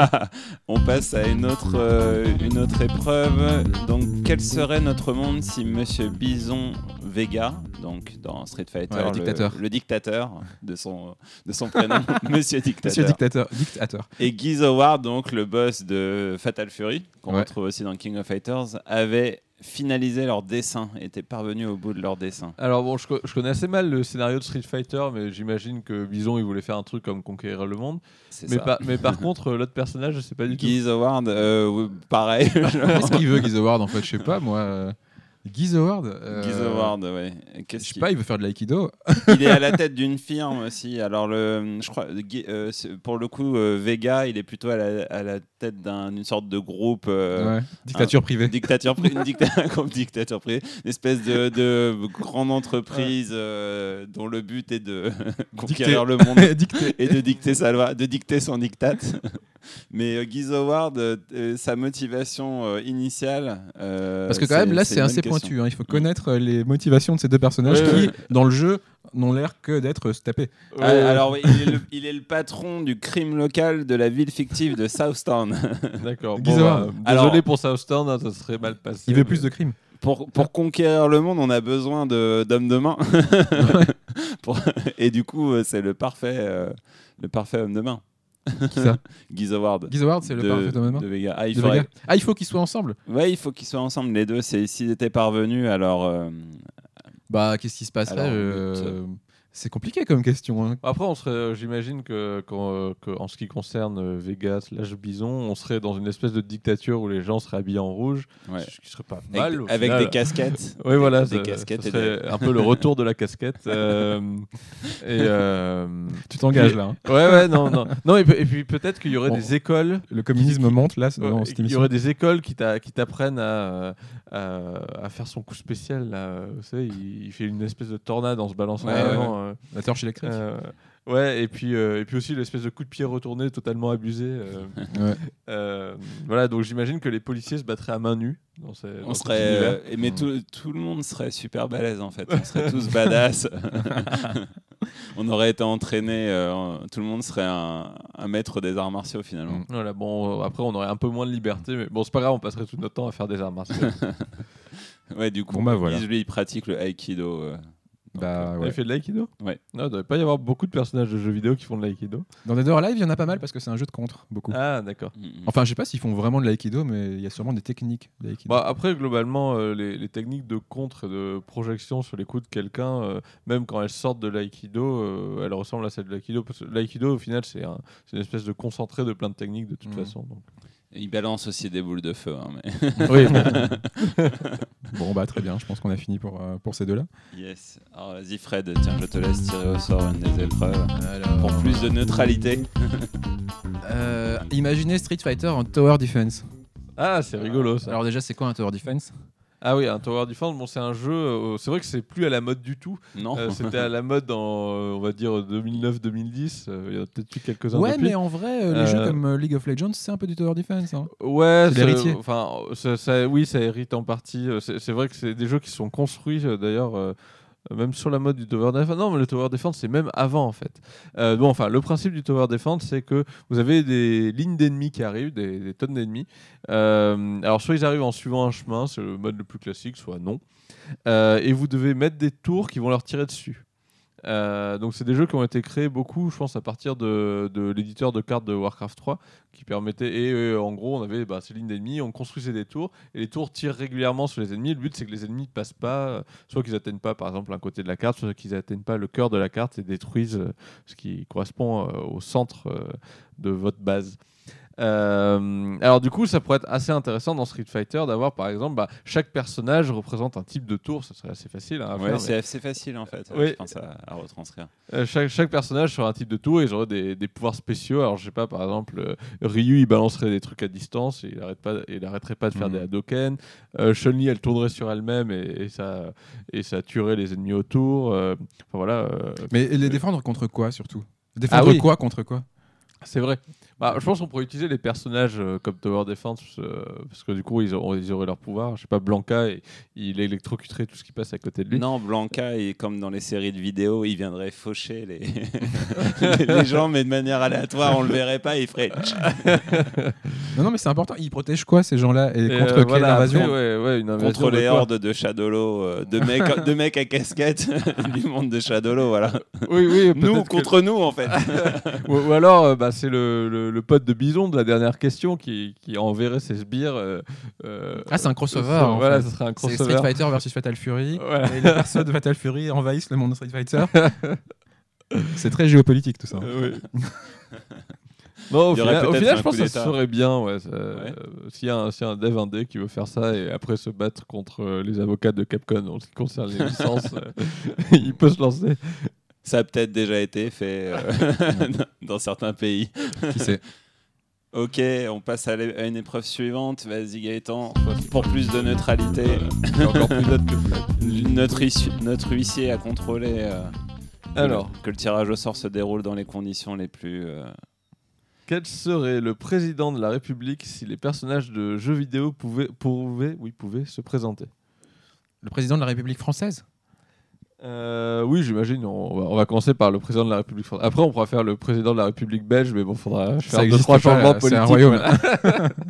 S1: *laughs* on passe à une autre, euh, une autre épreuve. Donc, quel serait notre monde si Monsieur Bison Vega, donc dans Street Fighter,
S2: Ouais, le dictateur.
S1: le dictateur de son, de son prénom, *laughs* Monsieur
S2: Monsieur
S1: Dictateur,
S2: dictateur. Dictateur.
S1: et Guy Howard, donc le boss de Fatal Fury, qu'on
S2: Ouais.
S1: retrouve aussi dans King of Fighters, avait finalisé leur dessin, était parvenu au bout de leur dessin.
S3: Alors bon, je, co- je connais assez mal le scénario de Street Fighter, mais j'imagine que Bison, il voulait faire un truc comme conquérir le monde.
S1: C'est
S3: Mais,
S1: ça.
S3: par-
S1: *laughs*
S3: mais par contre, euh, l'autre personnage, je sais pas du tout.
S1: Guy Howard, euh, oui,
S2: *laughs*
S1: pareil.
S2: Qu'est-ce qu'il veut, Guiz Howard En fait, je sais pas, moi. euh, Guiz Howard euh,
S1: Guy Howard, ouais.
S2: Je
S1: Qu'est-ce
S2: sais
S1: qu'il-
S2: pas, il veut faire de l'aïkido.
S1: il est à la tête d'une firme aussi. Alors, le, je crois, Guy- euh, c'est- pour le coup, euh, Vega, il est plutôt à la, à la tête d'un- d'une sorte de groupe. euh,
S2: Ouais. Dictature privée.
S1: Dictature, pri- une dicta- *laughs* un groupe dictature privée, une espèce de, de grande entreprise euh, dont le but est de *laughs* conquérir le
S2: *laughs*
S1: monde
S2: Dicté.
S1: et de dicter sa loi, de dicter son dictate. *laughs* Mais euh, Guy Howard, euh, euh, sa motivation euh, initiale. euh,
S2: Parce que quand même, là, c'est
S1: une
S2: assez
S1: bonne question.
S2: pointu. hein. Il faut connaître euh, les motivations de ces deux personnages
S3: Ouais,
S2: qui,
S3: ouais.
S2: dans le jeu, n'ont l'air que d'être euh, se taper.
S1: Ah, alors, oui, il, est le, il est le patron du crime local de la ville fictive de Southtown.
S3: D'accord.
S2: Guy
S3: bon, bah,
S2: Howard.
S3: désolé
S1: Alors-
S3: pour Southtown, hein, ça serait mal passé.
S2: Il veut
S3: mais-
S2: plus de crimes.
S1: Pour, pour conquérir le monde, on a besoin de- d'hommes de main. *laughs* Pour- et du coup, euh, c'est le parfait, euh, le parfait homme de main.
S2: Qui ça
S1: Guy Howard.
S2: Guiz Howard, c'est le
S1: de-
S2: parfait de même.
S1: de Vega. Ah, il
S2: De
S1: faudrait-
S2: Vega. Ah, il faut qu'ils soient ensemble.
S1: Ouais, il faut qu'ils soient ensemble les deux. C'est s'ils étaient parvenus, alors euh,
S2: Bah, qu'est-ce qui se passe là
S1: Alors,
S2: euh, C'est compliqué comme question. hein.
S3: Après, on serait, euh, j'imagine que, qu'en, euh, que en ce qui concerne euh, Vega slash Bison, on serait dans une espèce de dictature où les gens seraient habillés en rouge,
S1: ouais.
S3: ce qui serait pas
S1: avec,
S3: mal. au
S1: avec
S3: final.
S1: des casquettes.
S3: *laughs* Oui, voilà,
S1: des
S3: ça-
S1: casquettes
S3: ça
S1: et des-
S3: serait un peu le retour de la casquette. euh,
S1: *laughs*
S3: et euh,
S2: Tu t'engages là. hein.
S3: ouais, ouais, non, non, non. Et, pe- et puis peut-être qu'il y aurait
S2: Bon.
S3: des écoles
S2: Le communisme monte là
S3: Ouais,
S2: dans cette
S3: Il y
S2: émission.
S3: aurait des écoles qui t'a- qui t'apprennent à, à, à faire son coup spécial. Là. Vous savez, il, il fait une espèce de tornade en se balançant.
S2: Ouais,
S3: en
S2: ouais,
S3: avant, euh,
S2: La torche électrique.
S3: euh, ouais, et puis, euh, et puis aussi l'espèce de coup de pied retourné totalement abusé.
S2: *laughs*
S3: euh,
S2: Ouais.
S3: euh, voilà, donc j'imagine que les policiers se battraient à main nue. Dans ces- dans
S1: On
S3: cet
S1: serait,
S3: univers.
S1: euh, et- mais tout, tout le monde serait super balèze en fait. On serait tous badass. On aurait été entraînés. euh, en- tout le monde serait un, un maître des arts martiaux finalement.
S2: Mm.
S3: Voilà, bon, euh, après on aurait un peu moins de liberté, mais bon, c'est pas grave, on passerait tout notre temps à faire des arts martiaux.
S1: Ouais, du coup,
S2: Bon, bah, voilà.
S1: Guise, lui, il pratique le aikido. euh.
S3: *laughs*
S2: Bah,
S3: T'avais
S2: *laughs* ouais.
S3: fait de l'aïkido
S1: Ouais.
S3: Non, il devrait pas y avoir beaucoup de personnages de jeux vidéo qui font de l'aïkido.
S2: Dans Dead or Alive, il y en a pas mal parce que c'est un jeu de contre, beaucoup.
S3: Ah, d'accord.
S1: Mm.
S2: Enfin, je sais pas s'ils font vraiment de l'aïkido, mais il y a sûrement des techniques d'aïkido.
S3: Bah, après, globalement, euh, les, les techniques de contre et de projection sur les coups de quelqu'un, euh, même quand elles sortent de l'aïkido, euh, elles ressemblent à celles de l'aïkido. Parce que l'aïkido, au final, c'est un- c'est une espèce de concentré de plein de techniques de toute
S2: Mhm.
S3: façon. donc.
S1: Il balance aussi des boules de feu. hein, mais-
S2: oui. *laughs* bon, bah très bien, je pense qu'on a fini pour, euh, pour ces deux-là.
S1: Yes. Alors vas-y Fred, tiens, je te laisse tirer au sort une des épreuves. Pour plus de neutralité.
S2: Euh, imaginez Street Fighter en Tower Defense.
S3: Ah, c'est rigolo ça.
S2: Alors déjà, c'est quoi un Tower Defense
S3: Ah oui, un Tower Defense, bon, c'est un jeu. euh, c'est vrai que c'est plus à la mode du tout.
S1: Non.
S3: *laughs* Euh, C'était à la mode en, euh, on va dire, 2009-2010. euh, Il y en a peut-être eu quelques-uns
S2: Ouais,
S3: depuis.
S2: mais en vrai, euh, les
S3: Euh,
S2: jeux comme euh, League of Legends, c'est un peu du tower defense. hein.
S3: Ouais,
S2: C'est
S3: ça-
S2: l'héritier.
S3: Enfin, ça, ça- oui, ça hérite en partie. Euh, C'est c'est vrai que c'est des jeux qui sont construits euh, d'ailleurs. euh, même sur la mode du Tower Defense. Non, mais le Tower Defense, c'est même avant, en fait. Euh, bon, enfin, le principe du Tower Defense, c'est que vous avez des lignes d'ennemis qui arrivent, des, des tonnes d'ennemis. Euh, alors, soit ils arrivent en suivant un chemin, c'est le mode le plus classique, soit non. Euh, et vous devez mettre des tours qui vont leur tirer dessus. Euh, donc, c'est des jeux qui ont été créés beaucoup, je pense, à partir de, de l'éditeur de cartes de Warcraft 3 qui permettait. Et euh, en gros, on avait bah, ces lignes d'ennemis, on construisait des tours, et les tours tirent régulièrement sur les ennemis. Le but, c'est que les ennemis ne passent pas, euh, soit qu'ils atteignent pas, par exemple, un côté de la carte, soit qu'ils atteignent pas le cœur de la carte et détruisent euh, ce qui correspond euh, au centre euh, de votre base. Euh, alors du coup, ça pourrait être assez intéressant dans Street Fighter d'avoir par exemple bah, chaque personnage représente un type de tour, ça serait assez facile. hein, à
S1: Ouais,
S3: faire, mais-
S1: c'est c'est facile en fait,
S3: Oui.
S1: je pense à, à retranscrire.
S3: euh, chaque, chaque personnage sera un type de tour et j'aurai des, des pouvoirs spéciaux. Alors, je sais pas, par exemple, euh, Ryu, il balancerait des trucs à distance et il, arrête pas, il arrêterait pas de faire
S1: Hmm.
S5: Mhm.
S3: des Hadoken. Euh, Chun-Li, elle tournerait sur elle-même et, et ça, et ça tuerait les ennemis autour. Euh, enfin, voilà. euh,
S2: Mais les défendre contre quoi surtout Défendre
S3: oui.
S2: quoi contre quoi
S3: C'est vrai. Bah, je pense qu'on pourrait utiliser les personnages euh, comme Tower Defense euh, parce que du coup, ils, auront- ils auraient leur pouvoir. Je sais pas, Blanca, et, il électrocuterait tout ce qui passe à côté de lui.
S1: Non, Blanca, il- comme dans les séries de vidéos, il viendrait faucher les... *laughs* les- les gens, mais de manière aléatoire, on le verrait pas, il ferait.
S3: Ah,
S2: Non, non, mais c'est important. Ils protègent quoi ces gens-là et,
S3: Et,
S2: contre
S3: euh,
S2: quelle
S3: voilà,
S2: invasion
S3: après, ouais, ouais, une invasion
S1: contre
S3: de
S1: les
S3: quoi
S1: hordes de Shadolo, euh, de mecs de mecs à casquette *laughs* du monde de Shadolo, voilà.
S3: Oui, oui,
S1: Nous
S3: peut-être que- Ah,
S1: contre nous en fait.
S3: ou, ou alors, euh, bah, c'est le, le- le pote de Bison de la dernière question qui, qui enverrait ses sbires. euh, euh,
S2: Ah, c'est un crossover.
S3: euh,
S2: en
S3: voilà,
S2: fait.
S3: ce serait un
S2: C'est
S3: crossover.
S2: Street Fighter versus Fatal Fury.
S3: Voilà.
S2: Et les persos de Fatal Fury envahissent le monde de Street Fighter. *laughs* c'est très géopolitique tout ça. hein.
S3: Euh, oui. Non, au
S1: Il y aurait
S3: final, au
S1: peut-être
S3: final,
S1: un
S3: je pense
S1: coup
S3: que ça
S1: d'État.
S3: serait bien. ouais, ça- euh, S'il y, a un- s'il y a un dev indé qui veut faire ça et après se battre contre euh, les avocats de Capcom en ce qui concerne les
S1: *laughs*
S3: licences, euh, *laughs* il peut se lancer.
S1: *laughs* Ça a peut-être déjà été fait euh, *laughs* dans certains pays.
S2: Qui sait
S1: Ok, on passe à, l'é- à une épreuve suivante. Vas-y Gaëtan, pour plus de neutralité.
S3: C'est encore plus note que Flash.
S1: Notre, issu- notre huissier a contrôlé euh, que
S3: Alors.
S1: le- que le tirage au sort se déroule dans les conditions les plus. euh,
S3: Quel serait le président de la République si les personnages de jeux vidéo pouvaient, pouvaient, oui, pouvaient se présenter
S2: Le président de la République française
S3: Euh, oui, j'imagine. On va, on va commencer par le président de la République française. Après, on pourra faire le président de la République belge, mais bon, faudra faire deux,
S2: existe
S3: trois
S2: pas,
S3: changements
S2: c'est
S3: politiques.
S2: un royaume.
S3: voilà.
S2: *laughs*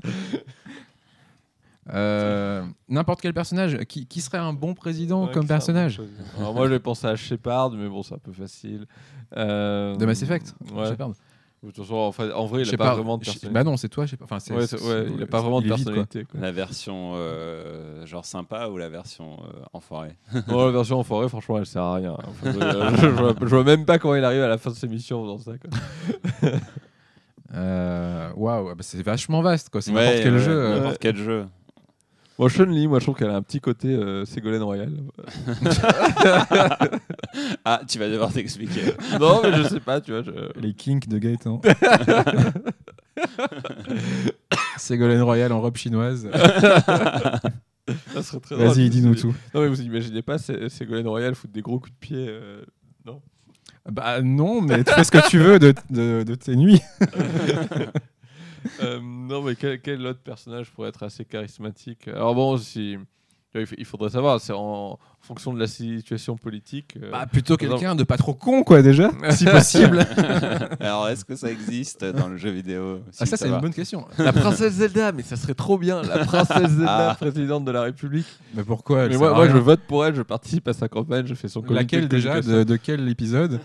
S2: Euh, N'importe quel personnage. Qui, qui serait un bon président comme personnage
S3: Alors, moi, j'ai pensé à Shepard, mais bon, c'est un peu facile. Euh,
S2: De Mass Effect
S3: Ouais.
S2: Shepard.
S3: De toute façon, en, fait- en vrai, il n'a
S2: Shepard.
S3: pas, vraiment de
S2: Sh-
S3: personnalité.
S2: Bah non, c'est toi. Shepard. Enfin, c'est-
S3: Ouais,
S2: c'est-
S3: c'est- ouais, il n'a pas
S2: c'est-
S3: vraiment de
S2: il est vide, quoi.
S3: personnalité. quoi.
S1: La version euh, genre sympa ou la version euh, enfoirée
S3: *laughs* Bon, la version en forêt, franchement, elle sert à rien. Enfin,
S2: *laughs*
S3: je, je vois, je vois même pas comment il arrive à la fin de ses missions dans ça. quoi.
S2: Euh, Waouh, bah, c'est vachement vaste. quoi. C'est
S1: Ouais,
S2: n'importe quel
S1: ouais,
S2: jeu. euh.
S1: N'importe quel jeu.
S3: Moi, Chun-Li, moi, je trouve qu'elle a un petit côté euh, Ségolène Royal.
S2: *laughs*
S1: Ah, tu vas devoir *laughs* t'expliquer.
S3: non, mais je sais pas, tu vois. je-
S2: Les kinks de
S3: *laughs*
S2: Gaëtan. Ségolène Royal en robe chinoise.
S3: Ça serait très drôle.
S2: *laughs* Vas-y, dis-nous tout.
S3: Non, mais vous imaginez pas Sé- Ségolène Royal foutre des gros coups de pied. euh,
S2: Bah non, mais *laughs* tu fais ce que tu veux de, de, de tes nuits.
S3: Euh, non, mais quel, quel autre personnage pourrait être assez charismatique Alors bon, si... il fa- il faudrait savoir, c'est en fonction de la situation politique. euh,
S2: Bah plutôt
S3: Par exemple-
S2: quelqu'un de pas trop con, quoi, déjà, si possible.
S1: Alors, est-ce que ça existe dans le jeu vidéo Si,
S2: Ah, ça, c'est
S1: va.
S2: une bonne question.
S3: La princesse Zelda, mais ça serait trop bien, la princesse Zelda,
S1: Ah.
S3: présidente de la République.
S2: Mais pourquoi elle
S3: Mais
S2: sert
S3: moi,
S2: à
S3: moi,
S2: rien
S3: je vote pour elle, je participe à sa campagne, je fais son comité
S2: Laquelle
S3: de
S2: déjà
S3: communication.
S2: de, de quel épisode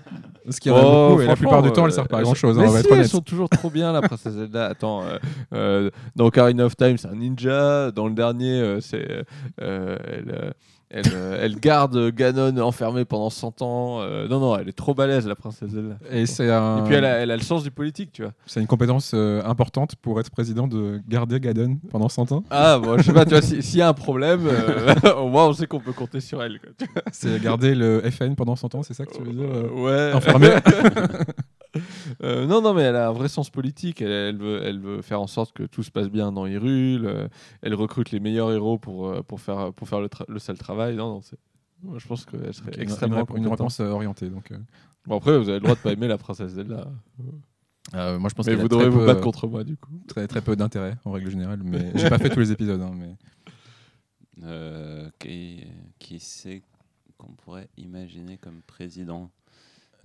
S2: Parce qu'il y en a
S3: Oh,
S2: beaucoup et la
S3: franchement,
S2: plupart du
S3: euh,
S2: temps, elle sert pas à
S3: elles
S2: grand
S3: sont-
S2: chose,
S3: mais
S2: on va
S3: si,
S2: être honnête.
S3: Elles sont toujours trop bien, la princesse *laughs* Zelda. Attends, euh, euh, dans Ocarina of Time, c'est un ninja. Dans le dernier, euh, c'est euh, elle, euh, elle, euh, elle garde Ganon enfermé pendant 100 ans. Euh, non, non, elle est trop balèze, la princesse Zelda.
S2: Et c'est un-
S3: Et puis elle a, elle a le sens du politique, tu vois.
S2: c'est une compétence euh, importante pour être président de garder Gaden pendant 100
S3: *laughs*
S2: ans.
S3: Ah, bon, je sais pas, tu vois, si- s'il y a un problème, euh, *laughs* au moins on sait qu'on peut compter sur elle. quoi. Oh. *laughs*
S2: C'est garder le FN pendant 100 ans, c'est ça que tu veux dire euh,
S3: Ouais.
S2: Enfermé
S3: Euh, non, non, mais elle a un vrai sens politique. Elle, elle veut, elle veut faire en sorte que tout se passe bien dans Hyrule. euh, elle recrute les meilleurs héros pour, euh, pour faire, pour faire le, tra- le sale travail. Non, non, c'est- moi, je pense qu'elle serait
S2: Donc, une-
S3: extrêmement
S2: une, rép- une
S3: compétente.
S2: réponse euh, orientée. Donc, euh.
S3: Bon, après, vous avez le droit de pas aimer la princesse Zelda.
S2: Euh, moi, je pense
S3: Mais
S2: qu'elle a
S3: vous
S2: très
S3: devrez vous
S2: peu-
S3: battre contre moi, du coup.
S2: Très, très peu d'intérêt en règle générale,
S1: *laughs*
S2: mais j'ai pas fait tous les épisodes. hein, mais...
S1: Euh, qui, qui c'est qu'on pourrait imaginer comme président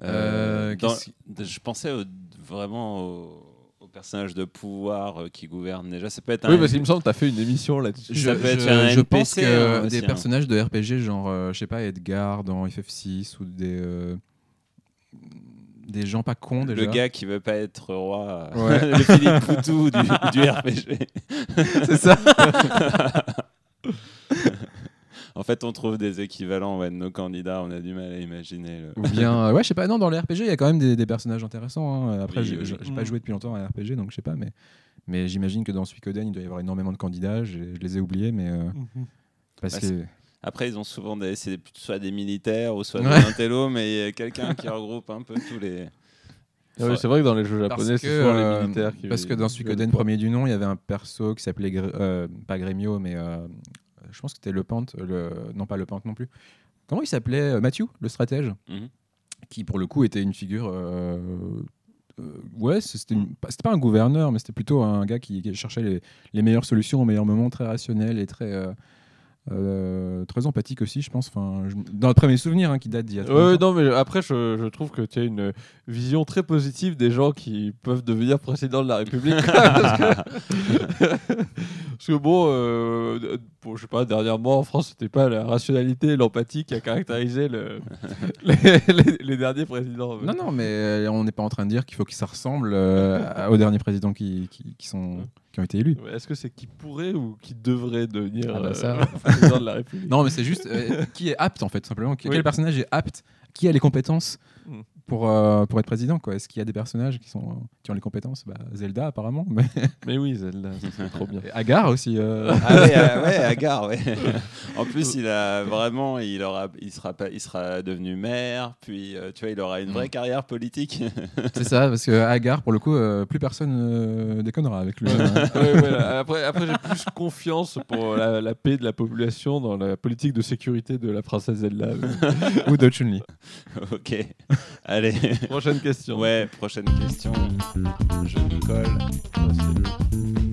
S2: Euh,
S1: dans-
S2: qu'est-ce
S1: Je pensais au- vraiment au, au personnage de pouvoir euh, qui gouverne déjà. Ça peut être
S3: Oui,
S1: un.
S2: bah,
S3: parce qu'il me semble que tu as fait une émission là-dessus.
S1: Je- Ça peut être
S2: je,
S1: un
S2: je pense
S1: NPC,
S2: que
S1: hein, aussi,
S2: des
S1: hein.
S2: personnages de RPG, genre, euh, je sais pas, Edgar dans FF6 ou des, euh, des gens pas cons déjà.
S1: le gars qui veut pas être roi, euh, *laughs*
S2: Ouais.
S1: le Philippe Poutou du, du RPG.
S2: *laughs* c'est
S1: *laughs*
S2: ça.
S1: En fait, on trouve des équivalents ouais, de nos candidats, on a du mal à imaginer. le-
S2: ou bien, euh, ouais, je sais pas, non, dans les RPG, il y a quand même des, des personnages intéressants. hein. Après,
S1: Oui,
S2: j'ai
S1: oui.
S2: j'ai- j'ai pas
S3: Mm.
S2: joué depuis longtemps à un RPG, donc je sais pas, mais, mais j'imagine que dans Suikoden, il doit y avoir énormément de candidats. j'ai- Je les ai oubliés, mais euh, parce
S1: Bah,
S2: que.
S1: Après, ils ont souvent des, c'est soit des militaires ou soit
S2: Ouais.
S1: des intellos, mais il y a quelqu'un qui regroupe un peu tous les.
S3: Ah oui, c'est vrai que dans les jeux japonais, c'est souvent
S2: euh,
S3: les militaires qui.
S2: parce que dans Suikoden premier du nom, il y avait un perso qui s'appelait Gré- euh, pas Grémio, mais euh, je pense que c'était Le Pente, le, non pas Le Pente non plus. Comment il s'appelait euh, Mathieu, le stratège,
S1: Mhm.
S2: qui pour le coup était une figure. euh, euh, ouais, c'était une- pas- c'était pas un gouverneur, mais c'était plutôt un gars qui, qui cherchait les, les meilleures solutions au meilleur moment, très rationnel et très. euh, euh, très empathique aussi, je pense. Enfin, je- dans le premier souvenir hein, qui date d'il y a. très
S3: Ouais, ouais,
S2: longtemps.
S3: non, mais après, je, je trouve que tu as une vision très positive des gens qui peuvent devenir président de la République. *laughs* parce, que... parce que bon, euh, bon, je sais pas, dernièrement en France, c'était pas la rationalité et l'empathie qui a caractérisé le... les, les- les derniers présidents.
S2: Non, non, mais euh, on n'est pas en train de dire qu'il faut que ça ressemble euh, à- aux derniers présidents qui, qui, qui sont, qui ont été élus.
S3: Ouais, Est-ce que c'est qui pourrait ou qui devrait devenir
S2: Ah bah
S3: euh, *laughs*
S2: ça.
S3: président de la République
S2: Non, mais c'est juste euh, qui est apte, en fait, simplement. Qui-
S3: Oui.
S2: Quel personnage est apte Qui a les compétences
S3: Mm.
S2: pour, euh, pour être président quoi Est-ce qu'il y a des personnages qui, sont, qui ont les compétences bah, Zelda, apparemment.
S3: *laughs*
S2: Mais...
S3: Mais oui, Zelda, ça, c'est trop bien.
S2: et Agar aussi. euh.
S1: Ah ouais, euh, *laughs* ouais, Agar, ouais. En plus, il a vraiment, il aura, il sera pas, il sera devenu maire, puis euh, tu vois, il aura une vraie carrière politique. *laughs*
S2: c'est ça, parce que Agar, pour le coup, euh, plus personne euh, déconnera avec lui. hein.
S3: Ouais, voilà. Après, après j'ai plus confiance pour la, la paix de la population dans la politique de sécurité de la
S2: *laughs*
S3: princesse Zelda.
S2: Ou de Chun-Li.
S1: ok, allez.
S3: Prochaine question.
S1: Ouais, prochaine question. Je me colle.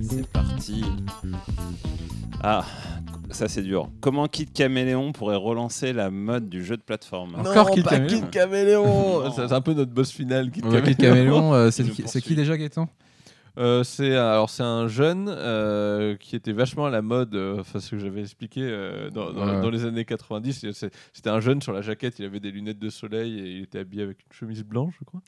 S1: C'est parti. Ah, ça c'est dur. Comment Kid Caméléon pourrait relancer la mode du jeu de plateforme
S3: Encore
S2: Non,
S3: Kid
S2: pas
S3: Caméléon.
S1: Kid
S3: Caméléon. Ça, c'est un peu notre boss final, Kid
S2: Ouais, Kid
S3: Caméléon.
S2: Caméléon, euh, c'est
S1: Je
S2: qui- c'est
S1: poursuis.
S2: qui déjà, Gaëtan
S3: *laughs* Euh, c'est alors c'est un jeune euh, qui était vachement à la mode, euh, enfin ce que j'avais expliqué euh, dans, dans-
S2: Ouais.
S3: dans les années 90. c'est- C'était un jeune sur la jaquette, il avait des lunettes de soleil et il était habillé avec une chemise blanche, je crois.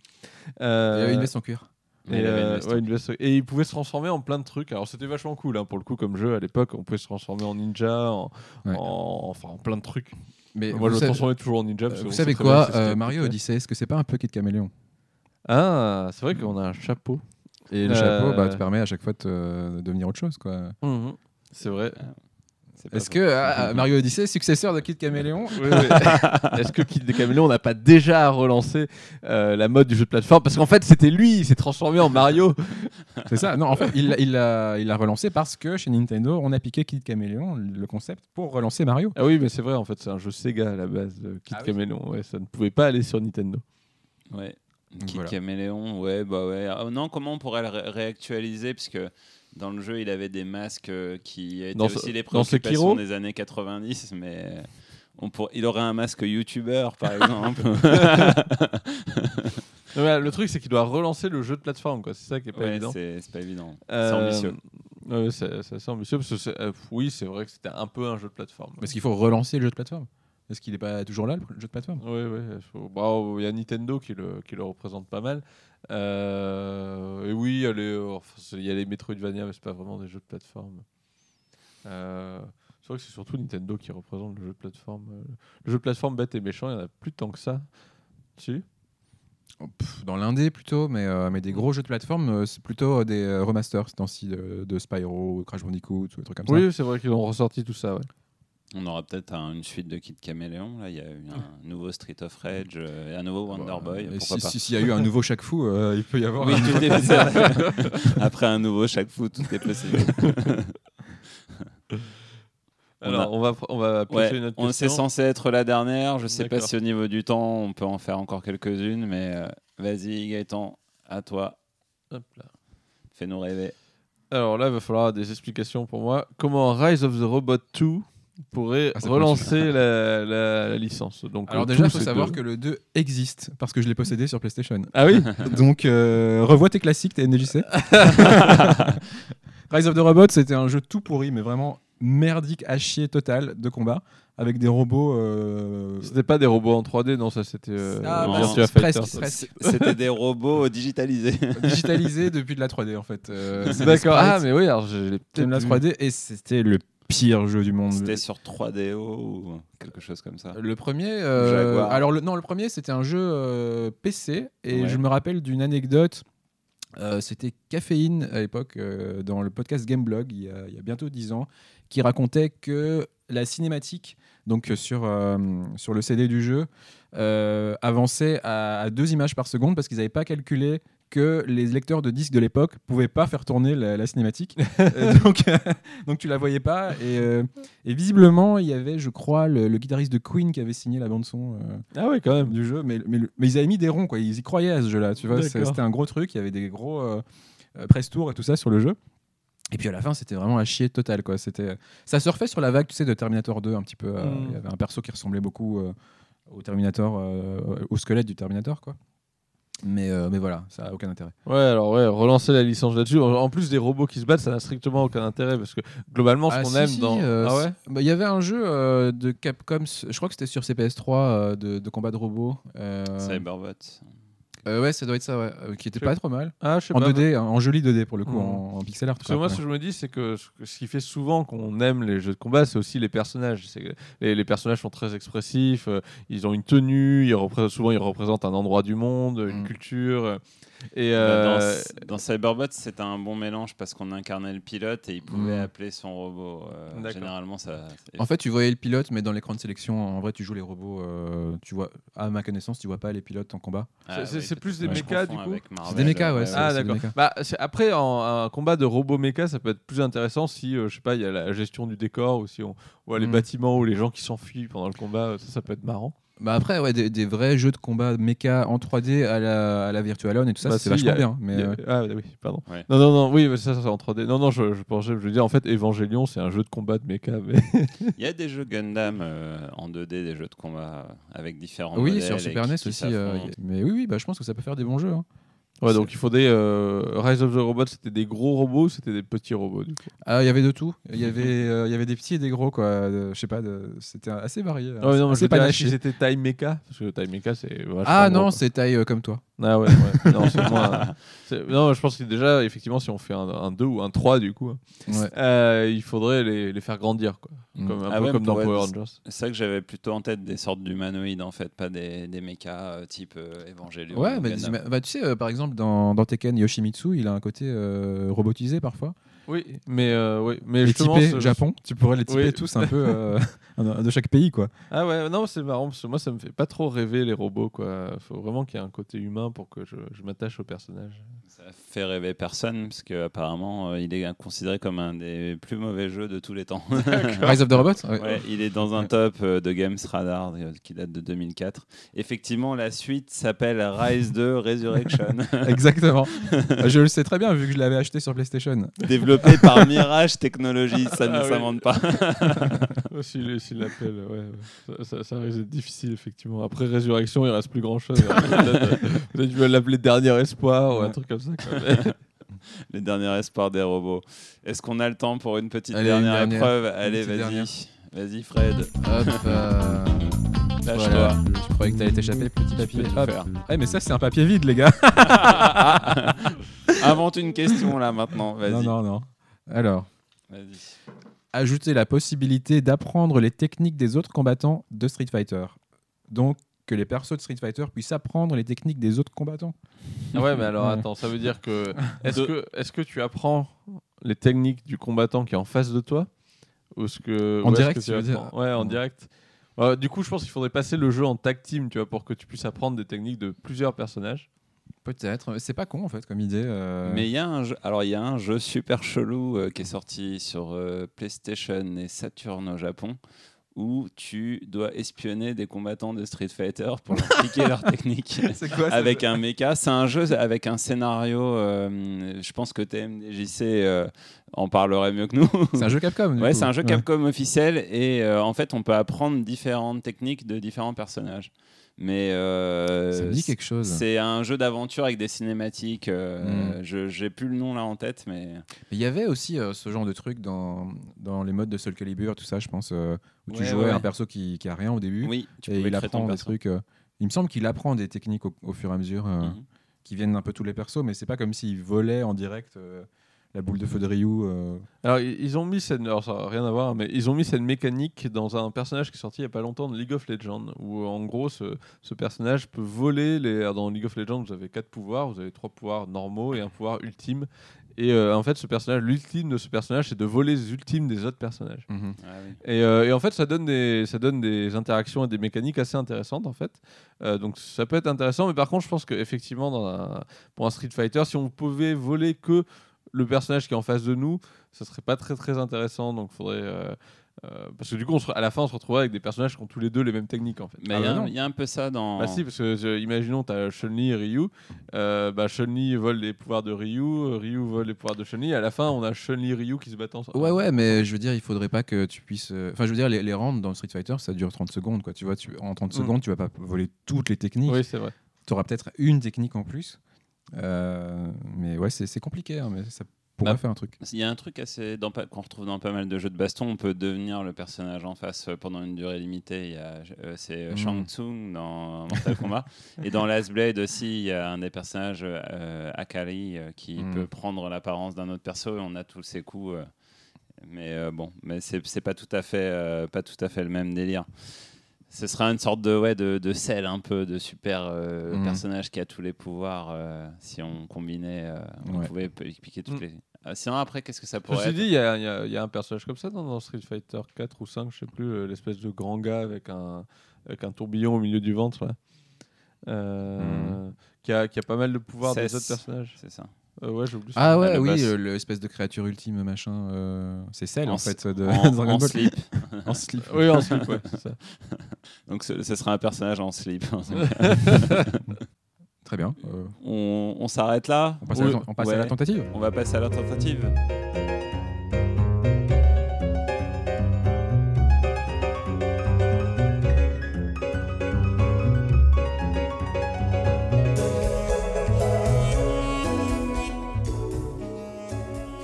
S2: Il
S3: Euh,
S2: avait une veste en cuir.
S3: Et,
S1: Il avait une
S3: euh,
S1: veste.
S3: ouais, une veste- et il pouvait se transformer en plein de trucs. Alors c'était vachement cool hein, pour le coup comme jeu à l'époque. On pouvait se transformer en ninja, en,
S2: Ouais.
S3: en- enfin en plein de trucs.
S2: Mais vous
S3: Moi je me
S2: savez-
S3: transformais toujours en ninja. parce
S2: euh,
S3: que
S2: vous
S3: on
S2: savez
S3: sait très bien
S2: quoi
S3: que c'est ce
S2: euh,
S3: qu'il y a
S2: Mario
S3: de plus
S2: Odyssey, est-ce que c'est pas un peu Kid Caméléon
S3: clair. Ah, c'est vrai qu'on a un chapeau.
S2: Et le
S3: Euh,
S2: chapeau, bah, te permet à chaque fois de te- de devenir autre chose. quoi.
S3: Mhm. C'est vrai.
S1: C'est pas
S2: Est-ce
S1: faux.
S2: que ah, ah, Mario Odyssey, successeur de Kid *laughs* Caméléon
S3: Oui, oui. *laughs* Est-ce que Kid Caméléon n'a pas déjà relancé euh, la mode du jeu de plateforme Parce qu'en fait, c'était lui, il s'est transformé en Mario.
S2: C'est ça Non, en fait, il l'a il l'a- il l'a relancé parce que chez Nintendo, on a piqué Kid Caméléon, le concept, pour relancer Mario.
S3: *laughs* ah oui, mais c'est vrai, en fait, c'est un jeu Sega à la base, euh, Kid
S2: Ah oui.
S3: Caméléon. Ouais, ça ne pouvait pas aller sur Nintendo.
S1: Ouais.
S2: ah, Donc
S1: Kid
S2: voilà.
S1: Caméléon, ouais, bah ouais. Ah, non, comment on pourrait le ré- réactualiser Parce que dans le jeu, il avait des masques euh, qui étaient
S3: Dans ce-
S1: aussi les
S3: dans
S1: préoccupations
S3: Sekiro
S1: des années 90, mais euh, on pour... il aurait un masque youtubeur,
S3: *laughs*
S1: par exemple.
S3: Non, mais, euh, le truc, c'est qu'il doit relancer le jeu de plateforme, quoi. C'est ça qui est pas
S1: Ouais,
S3: évident.
S1: c'est c'est pas évident. C'est
S3: Euh,
S1: ambitieux.
S3: ouais, c'est c'est assez ambitieux parce que c'est- euh, oui, c'est vrai que c'était un peu un jeu de plateforme.
S2: Parce qu'il faut relancer le jeu de plateforme. Est-ce qu'il n'est pas toujours là, le jeu de plateforme
S3: Oui, oui. Il faut- bah, il y a Nintendo qui le, qui le représente pas mal. Euh, et oui, il y a les, enfin, c'est- il y a les Metroidvania, mais c'est pas vraiment des jeux de plateforme. Euh, c'est vrai que c'est surtout Nintendo qui représente le jeu de plateforme. euh, Le jeu de plateforme bête et méchant, il n'y en a plus tant que ça. Si
S2: Pff, Dans l'indé plutôt, mais, euh, mais des gros jeux de plateforme, euh, c'est plutôt euh, des euh, remasters, c'est temps-ci de, de Spyro, Crash Bandicoot, ou des trucs comme ça.
S3: Oui, c'est vrai qu'ils ont ressorti tout ça. ouais.
S1: On aura peut-être un- une suite de Kid Caméléon. Là, il y a eu un nouveau Street of Rage euh, et un nouveau Wonder
S2: Bah,
S1: Boy.
S2: et
S1: Pourquoi
S2: si-
S1: pas
S2: si- S'il y a eu un nouveau chaque fou, euh, il peut y avoir.
S1: Oui,
S2: un-
S1: tout est possible. Après un nouveau chaque fou, tout est possible. On
S3: Alors,
S1: a-
S3: on, va, pr- on va piocher
S1: Ouais,
S3: une autre
S1: on c'est
S3: question.
S1: censé être la dernière. Je sais pas
S3: D'accord.
S1: si au niveau du temps, on peut en faire encore quelques-unes, mais euh, vas-y Gaëtan, à toi,
S3: Hop là.
S1: fais-nous rêver.
S3: Alors là, il va falloir des explications pour moi. Comment Rise of the Robot 2 pourrait
S2: Ah, ça
S3: relancer la, la- la licence Donc,
S2: Alors
S3: euh,
S2: déjà,
S3: tout,
S2: il faut
S3: c'est
S2: savoir
S3: deux.
S2: que le 2 existe parce que je l'ai possédé sur PlayStation.
S3: Ah
S2: *laughs*
S3: oui
S2: Donc euh, revois tes classiques, tes NGC. *laughs* Rise of the Robot, c'était un jeu tout pourri, mais vraiment merdique à chier total de combat avec des robots. euh,
S3: C'était pas des robots en 3D, non, ça c'était. euh,
S2: Ah,
S1: bah,
S3: Virtua
S2: c'est
S3: Fighter,
S2: presque,
S3: ça.
S2: presque.
S1: C- C'était des robots digitalisés.
S2: digitalisés depuis de la 3D en fait. *laughs* Euh, c'est des
S3: *laughs* D'accord, ah,
S2: sprites
S3: mais oui, alors je l'ai
S2: qui viennent de la
S3: vu.
S2: 3D et c'était le pire jeu du monde.
S1: C'était sur 3DO ou quelque chose comme ça.
S2: Le premier, euh,
S1: Jaguar.
S2: alors le, non, le premier c'était un jeu euh, PC et
S1: Ouais.
S2: je me rappelle d'une anecdote. euh, c'était Caféine à l'époque euh, dans le podcast Gameblog il y, a, il y a bientôt 10 ans qui racontait que la cinématique donc euh, sur, euh, sur le CD du jeu euh, avançait à, à deux images par seconde parce qu'ils n'avaient pas calculé que les lecteurs de disques de l'époque pouvaient pas faire tourner la, la cinématique Euh, donc *laughs* euh, donc tu la voyais pas et euh, et visiblement, il y avait, je crois, le, le guitariste de Queen qui avait signé la bande-son euh,
S3: Ah oui, quand même.
S2: du jeu. Mais, mais, le- mais ils avaient mis des ronds, quoi. Ils y croyaient à ce jeu-là. Tu vois, C'est-
S3: D'accord.
S2: c'était un gros truc. Il y avait des gros euh, euh, press tours et tout ça sur le jeu. Et puis à la fin, c'était vraiment un chier total, quoi. C'était, ça surfait sur la vague, tu sais, de Terminator 2 un petit peu. euh,
S3: Mm.
S2: Il y avait un perso qui ressemblait beaucoup euh, au Terminator, euh, au squelette du Terminator, quoi. Mais, euh, mais voilà, ça a aucun intérêt.
S3: Ouais, alors ouais, relancer la licence là-dessus. En en plus des robots qui se battent, ça n'a strictement aucun intérêt parce que globalement, ce
S2: Ah,
S3: qu'on
S2: si,
S3: aime
S2: si,
S3: dans.
S2: euh,
S3: ah ouais
S2: c'est- bah, Il y avait un jeu euh, de Capcom, s- je crois que c'était sur CPS3, euh, de, de combat de robots. euh,
S1: Cyberbot.
S2: euh, ouais, ça doit être ça, ouais, euh, qui était
S3: Je-
S2: pas trop mal.
S3: Ah, je sais
S2: En
S3: pas.
S2: 2D, hein, en joli 2D pour le coup,
S3: Mhm.
S2: en, en pixel art.
S3: Parce que
S2: quoi.
S3: moi, ce que je me dis, c'est que ce que- ce qui fait souvent qu'on aime les jeux de combat, c'est aussi les personnages. C'est que Les, les personnages sont très expressifs, euh, ils ont une tenue, ils représentent, souvent ils représentent un endroit du monde, une
S2: Mm.
S3: culture. euh, Et
S1: Bah,
S3: euh,
S1: dans, dans Cyberbot, c'était un bon mélange parce qu'on incarnait le pilote et il pouvait
S2: Mm.
S1: appeler son robot. Euh,
S3: D'accord.
S1: généralement, ça. c'est- ah
S2: En fait, tu voyais le pilote, mais dans l'écran de sélection, en vrai, tu joues les robots. euh, tu vois, à ma connaissance, tu vois pas les pilotes en combat.
S1: Ah
S3: c'est-
S1: oui,
S3: c'est plus
S1: peut-être.
S3: des
S1: Je
S3: mechas,
S1: confonds
S3: du coup
S1: avec
S2: C'est
S1: Marvel,
S2: des mechas, ouais. c'est-
S3: Ah
S2: c'est des
S3: d'accord.
S2: mechas.
S3: Bah, c'est- après, en- un combat de robot méca, ça peut être plus intéressant si, euh, je sais pas, il y a la gestion du décor ou si on voit les
S2: Mm.
S3: bâtiments ou les gens qui s'enfuient pendant le combat, euh, ça, ça peut être marrant.
S2: Bah après, ouais, des, des vrais jeux de combat méca en 3D à la, à la Virtualon et tout ça,
S3: Bah
S2: c'est
S3: si, y
S2: vachement
S3: a-
S2: bien. Mais
S3: Il y a-
S2: euh,
S3: Ah oui, pardon.
S1: Ouais.
S3: Non, non, non, oui, mais ça, ça c'est en 3D. Non, non, je, je pensais, je veux dire, en fait, Evangelion, c'est un jeu de combat de méca. Mais...
S1: Il y a des jeux Gundam euh, en 2D, des jeux de combat euh, avec différents
S2: oui,
S1: modèles
S2: sur
S1: et
S2: Super
S1: qui-
S2: NES
S1: qui
S2: aussi. euh,
S1: s'affrontent.
S2: y- mais oui, oui, bah, je pense que ça peut faire des bons jeux. hein.
S3: Ouais, donc il faut des. euh, Rise of the Robots, c'était des gros robots ou c'était des petits robots du coup
S2: Ah, il y avait de tout. Il y avait, euh, il y avait des petits et des gros, quoi. Euh, Je sais pas, de- c'était assez varié. hein.
S3: Ah Ouais, non, mais
S2: assez
S3: je pas
S2: panaché.
S3: si c'était taille méca, parce que taille méca, c'est. vachement
S2: Ah
S3: gros,
S2: non,
S3: quoi.
S2: c'est taille euh, comme toi.
S3: Ah ouais,
S2: *laughs*
S3: ouais. non, c'est moins- c'est- non, je pense que déjà, effectivement, si on fait un, 2 ou un 3, du coup,
S2: Ouais.
S3: euh, il faudrait les, les faire grandir, quoi.
S2: Mm.
S3: Comme, un
S1: Ah
S3: peu
S1: ouais,
S3: comme
S1: mais
S3: dans
S1: pour
S3: Power
S1: être-
S3: Rangers.
S1: C'est ça que j'avais plutôt en tête, des sortes d'humanoïdes en fait, pas des, des mechas euh, type euh, Evangelion.
S2: Ouais,
S1: ou
S2: mais
S1: Gundam.
S2: bah, tu sais, euh, par exemple, dans, dans Tekken, Yoshimitsu, il a un côté euh, robotisé parfois.
S3: Oui, mais, euh, oui, mais
S2: Et
S3: justement.
S2: typé
S3: ce-
S2: Japon, tu pourrais les typer
S3: Oui.
S2: tous un peu euh, *laughs* de chaque pays, quoi.
S3: Ah ouais, non, c'est marrant parce que moi, ça me fait pas trop rêver les robots, quoi. Faut vraiment qu'il y ait un côté humain pour que je, je m'attache au personnage.
S1: Ça fait rêver personne, parce que apparemment euh, il est considéré comme un des plus mauvais jeux de tous les
S2: *laughs*
S1: temps.
S2: Rise of the Robots ouais.
S1: Ouais, il est dans un top euh, de Games Radar euh, qui date de 2004. Effectivement, la suite s'appelle Rise 2
S2: *laughs*
S1: Resurrection,
S2: *laughs* Exactement. je le sais très bien, vu que je l'avais acheté sur PlayStation.
S1: développé par Mirage Technologies.
S2: *laughs*
S1: Ça ne
S3: Ah oui.
S1: s'invente pas.
S3: S'il si l'appelle, ouais, ça, ça, ça risque d'être difficile, effectivement. Après Résurrection, il reste plus grand *laughs* chose. Peut-être peut-être tu vas l'appeler Dernier Espoir ou un
S2: Ouais.
S3: truc comme ça, quoi.
S1: Le dernier espoir des robots. Est-ce qu'on a le temps pour une petite
S2: Allez, une
S1: dernière,
S2: dernière.
S1: épreuve
S2: Une
S1: Allez,
S2: petite
S1: vas-y.
S2: dernière.
S1: Vas-y, Fred.
S2: Hop, euh,
S1: Lâche-toi.
S2: voilà. Je croyais que t'allais t'échapper, petit
S1: Tu peux
S2: papier.
S1: tout
S2: Hop.
S1: faire.
S2: Eh, mais ça, c'est un papier vide, les gars.
S1: *laughs* Invente une question là maintenant.
S2: Non,
S1: Vas-y.
S2: non, non. Alors.
S1: Vas-y.
S2: ajouter la possibilité d'apprendre les techniques des autres combattants de Street Fighter. Donc que les persos de Street Fighter puissent apprendre les techniques des autres combattants.
S3: Ah ouais, mais alors
S2: Ouais.
S3: attends, ça veut dire *laughs* que. Est-ce que, est que tu apprends les techniques du combattant qui est en face de toi Parce que,
S2: En
S3: ouais, ce
S2: direct,
S3: que
S2: tu veux dire
S3: apprends. Ouais, en
S2: Ouais.
S3: direct. Euh, du coup, je pense qu'il faudrait passer le jeu en tag team, tu vois, pour que tu puisses apprendre des techniques de plusieurs personnages.
S2: Peut-être. C'est pas con en fait comme idée. euh,
S1: Mais il y a un jeu, alors il y a un jeu super chelou euh, qui est sorti sur euh, PlayStation et Saturn au Japon où tu dois espionner des combattants de Street Fighter pour leur piquer
S2: *laughs*
S1: leur technique.
S2: *laughs* C'est quoi ça
S1: Avec un méca, c'est un jeu avec un scénario. euh, je pense que TMDJC euh, en parlerait mieux que nous. *laughs*
S2: C'est un jeu Capcom. du
S1: Ouais,
S2: coup.
S1: c'est un jeu Capcom officiel et euh, en fait, on peut apprendre différentes techniques de différents personnages. Mais euh,
S2: Ça me dit quelque chose. Hmm.
S1: c'est un jeu d'aventure avec des cinématiques. euh, je- J'ai plus le nom là en tête, mais
S2: Mais Il y avait aussi euh, ce genre de truc dans, dans les modes de Soul Calibur, tout ça, je pense, euh, où tu
S1: Ouais,
S2: jouais
S1: ouais,
S2: un
S1: ouais.
S2: perso qui, qui a rien au début.
S1: oui, tu
S2: et
S1: pouvais
S2: il
S1: créer ton
S2: apprend des
S1: perso.
S2: trucs. euh, il me semble qu'il apprend des techniques au, au fur et à mesure euh,
S1: Mhm.
S2: qui viennent un peu tous les persos, mais c'est pas comme s'il volait en direct euh, la boule de feu de Ryu. euh.
S3: Alors, i- ils ont mis cette. Alors, ça n'a rien à voir, mais ils ont mis cette mécanique dans un personnage qui est sorti il n'y a pas longtemps de League of Legends, où euh, en gros, ce, ce personnage peut voler. Les... alors, dans League of Legends, vous avez quatre pouvoirs, vous avez trois pouvoirs normaux et un pouvoir ultime. Et euh, en fait, ce personnage, l'ultime de ce personnage, c'est de voler les ultimes des autres personnages.
S1: Ah oui.
S3: Et, euh, et en fait, ça donne, des, ça donne des interactions et des mécaniques assez intéressantes, en fait. Euh, donc, ça peut être intéressant, mais par contre, je pense qu'effectivement, dans un- pour un Street Fighter, si on pouvait voler que le personnage qui est en face de nous, ça serait pas très très intéressant. Donc, faudrait. euh, euh, parce que du coup, on se- à la fin, on se retrouverait avec des personnages qui ont tous les deux les mêmes techniques, en fait.
S1: Mais
S2: Ah
S1: il y a
S2: bah
S1: un-
S2: non.
S1: il y, a un peu ça dans.
S3: Bah si, parce que euh, imaginons, t'as Chun-Li et Ryu. Euh, bah, Chun-Li vole les pouvoirs de Ryu, euh, Ryu vole les pouvoirs de Chun-Li. À la fin, on a Chun-Li et Ryu qui se battent ensemble.
S2: Ouais, ouais, mais je veux dire, il faudrait pas que tu puisses. euh, Enfin, je veux dire, les, les rounds dans Street Fighter, ça dure 30 secondes, quoi. Tu vois, tu, en 30
S1: Mhm.
S3: Mm.
S2: secondes, tu vas pas voler toutes les techniques.
S3: Oui, c'est vrai.
S2: Tu auras peut-être une technique en plus. Euh, mais ouais, c'est c'est compliqué, hein, mais ça pourrait
S1: Bah,
S2: faire un truc.
S1: Il y a un truc assez dans pas- qu'on retrouve dans pas mal de jeux de baston. On peut devenir le personnage en face euh, pendant une durée limitée. Il y a, euh, c'est euh,
S2: Mm.
S1: Shang Tsung dans Mortal Kombat et dans Last Blade aussi. Il y a un des personnages euh, Akari euh, qui
S2: Mm.
S1: peut prendre l'apparence d'un autre perso et on a tous ces coups. euh, mais euh, bon, mais c'est, c'est pas tout à fait euh, pas tout à fait le même délire. Ce sera une sorte de ouais de, de sel un peu de super euh,
S2: Mm.
S1: personnage qui a tous les pouvoirs. euh, si on combinait, euh, on
S2: Ouais.
S1: pouvait p- piquer toutes
S3: Mm.
S1: les euh, sinon, après, qu'est-ce que ça
S3: Je me
S1: pourrait
S3: suis
S1: être
S3: dit, il y, a- il y a- il y a un personnage comme ça dans, dans Street Fighter 4 ou 5, je sais plus, euh, l'espèce de grand gars avec un, avec un tourbillon au milieu du ventre, là. Euh, qui, a, qui a pas mal de pouvoir des
S1: Hmm. Cesse.
S3: autres personnages.
S1: C'est ça.
S3: Euh, ouais, j'ai oublié son
S2: Ah
S3: nom.
S2: ouais,
S1: le
S2: oui,
S1: boss.
S2: euh, l'espèce de créature ultime, machin. euh, c'est celle,
S1: En
S2: en
S1: s-
S2: fait, de
S1: en,
S2: *laughs* Dragon
S1: en
S2: Ball.
S1: slip.
S2: En slip.
S3: Oui, en slip, ouais, c'est ça.
S1: Donc, ce, ce sera un personnage en
S2: *laughs*
S1: slip.
S2: Très bien. euh,
S1: on on s'arrête là
S2: on passe, à,
S1: Ou-
S2: la, on passe à
S1: ouais.
S2: la tentative.
S1: On va passer à la tentative.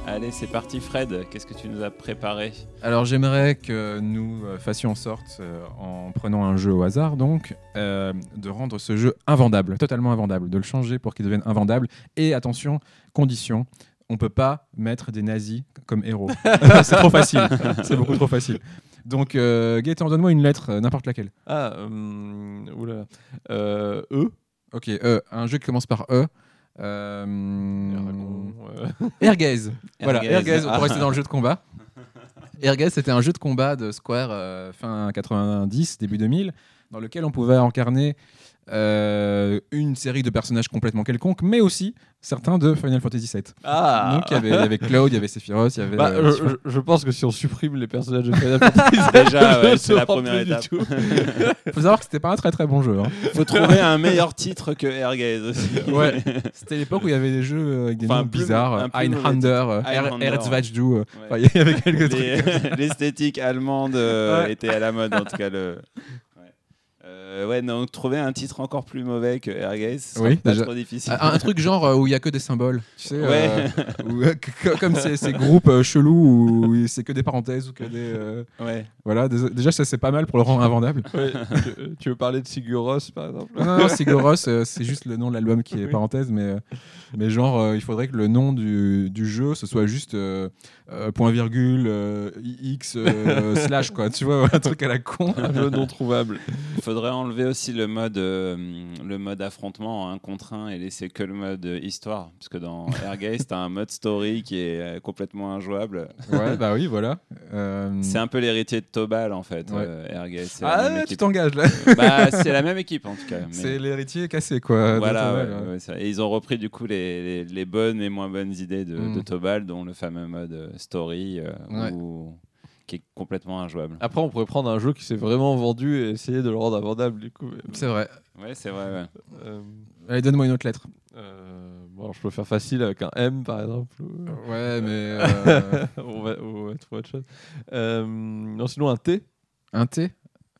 S1: Allez, c'est parti, Fred. Qu'est-ce que tu nous as préparé
S2: Alors j'aimerais que nous euh, fassions en sorte, euh, en prenant un jeu au hasard donc, euh, de rendre ce jeu invendable, totalement invendable, de le changer pour qu'il devienne invendable. Et attention, condition, on peut pas mettre des nazis comme héros. *laughs* c'est trop facile, c'est beaucoup trop facile. Donc euh, Gaëtan, donne-moi une lettre, euh, n'importe laquelle.
S3: Ah, euh, oula. Euh, eux
S2: Ok, E, un jeu qui commence par E.
S1: Hmm.
S2: Euh,
S3: Dragon, euh,
S2: Ergaze. Voilà,
S1: Ergaze.
S2: Ergaze,
S1: Ah.
S2: pour rester dans le jeu de combat. Ergaze, c'était un jeu de combat de Square euh, fin 90, début 2000, dans lequel on pouvait incarner euh, une série de personnages complètement quelconques, mais aussi certains de Final Fantasy VII.
S3: Ah
S2: Donc il y avait- il y avait Cloud, il y avait Sephiroth, il y avait.
S3: Bah,
S2: euh,
S3: je, je- je pense que si on supprime les personnages
S1: *laughs*
S3: de Final Fantasy, *laughs*
S1: Déjà, Ah ouais,
S3: on
S1: c'est la
S3: saura
S1: première
S3: plus du
S1: étape.
S3: tout.
S2: faut savoir que c'était pas un très très bon jeu. hein.
S1: Faut trouver un meilleur titre que Ergaze aussi.
S2: *laughs*
S1: *laughs*
S2: Ouais. C'était l'époque où il y avait des jeux euh, avec des
S1: Enfin, un
S2: noms
S1: plus- un
S2: bizarres,
S1: plus mauvais
S2: Einhander, euh,
S1: Einhander,
S2: Er-
S1: ouais.
S2: Erzvajdu, euh,
S1: Ouais.
S2: enfin, il y avait quelques trucs.
S1: Les- *laughs* L'esthétique allemande euh,
S2: Ouais.
S1: était à la mode, en tout cas.
S2: *laughs*
S1: Le... Ouais. Euh, ouais, donc trouver un titre encore plus mauvais que Airgaze, c'est
S2: Oui,
S1: pas
S2: déjà.
S1: trop difficile.
S2: Un, un truc genre euh, où il y a que des symboles, tu sais, euh,
S1: ouais,
S2: ou, euh, que- que- comme ces, ces groupes euh, chelous où c'est que des parenthèses ou que des euh,
S1: ouais.
S2: voilà des- déjà ça c'est pas mal pour le rendre invendable
S3: Ouais, tu, tu veux parler de Sigur Rós, par exemple
S2: non, non, non, Sigur Rós, euh, c'est juste le nom de l'album qui est
S3: Oui.
S2: parenthèse mais euh, mais genre euh, il faudrait que le nom du, du jeu ce soit juste euh, euh, point
S1: *laughs*
S2: virgule euh, i- x euh, slash quoi tu vois un truc à la con
S3: Un jeu non trouvable.
S1: Il faudrait enlever aussi le mode, euh, le mode affrontement 1 contre 1 et laisser que le mode euh, histoire. Parce que
S2: *laughs*
S1: dans Airgaze, t'as un mode story qui est euh, complètement injouable.
S2: Ouais, bah oui, voilà. Euh,
S1: C'est un peu l'héritier de Tobal en fait,
S2: Ouais.
S1: euh, Airgaze. C'est la
S2: Ah,
S1: même
S2: tu
S1: équipe.
S2: t'engages là.
S1: Bah, c'est la même équipe en tout cas. mais-
S2: C'est l'héritier cassé, quoi. de
S1: Voilà,
S2: Tobal,
S1: ouais,
S2: ouais.
S1: ouais, ça. Et ils ont repris du coup les, les- les bonnes et moins bonnes idées de,
S2: Mm.
S1: de Tobal, dont le fameux mode euh, story, euh,
S2: Ouais.
S1: où- qui est complètement injouable.
S3: Après, on pourrait prendre un jeu qui s'est vraiment vendu et essayer de le rendre abordable, du coup.
S2: C'est vrai.
S1: Ouais, c'est vrai. ouais.
S3: Euh,
S2: Allez, donne-moi une autre lettre.
S3: euh, bon, alors, je peux faire facile avec un M, par exemple. ou- *laughs*
S2: Ouais, mais. euh,
S3: on, va, on va trouver autre chose. Euh, non, sinon, un T.
S2: un thé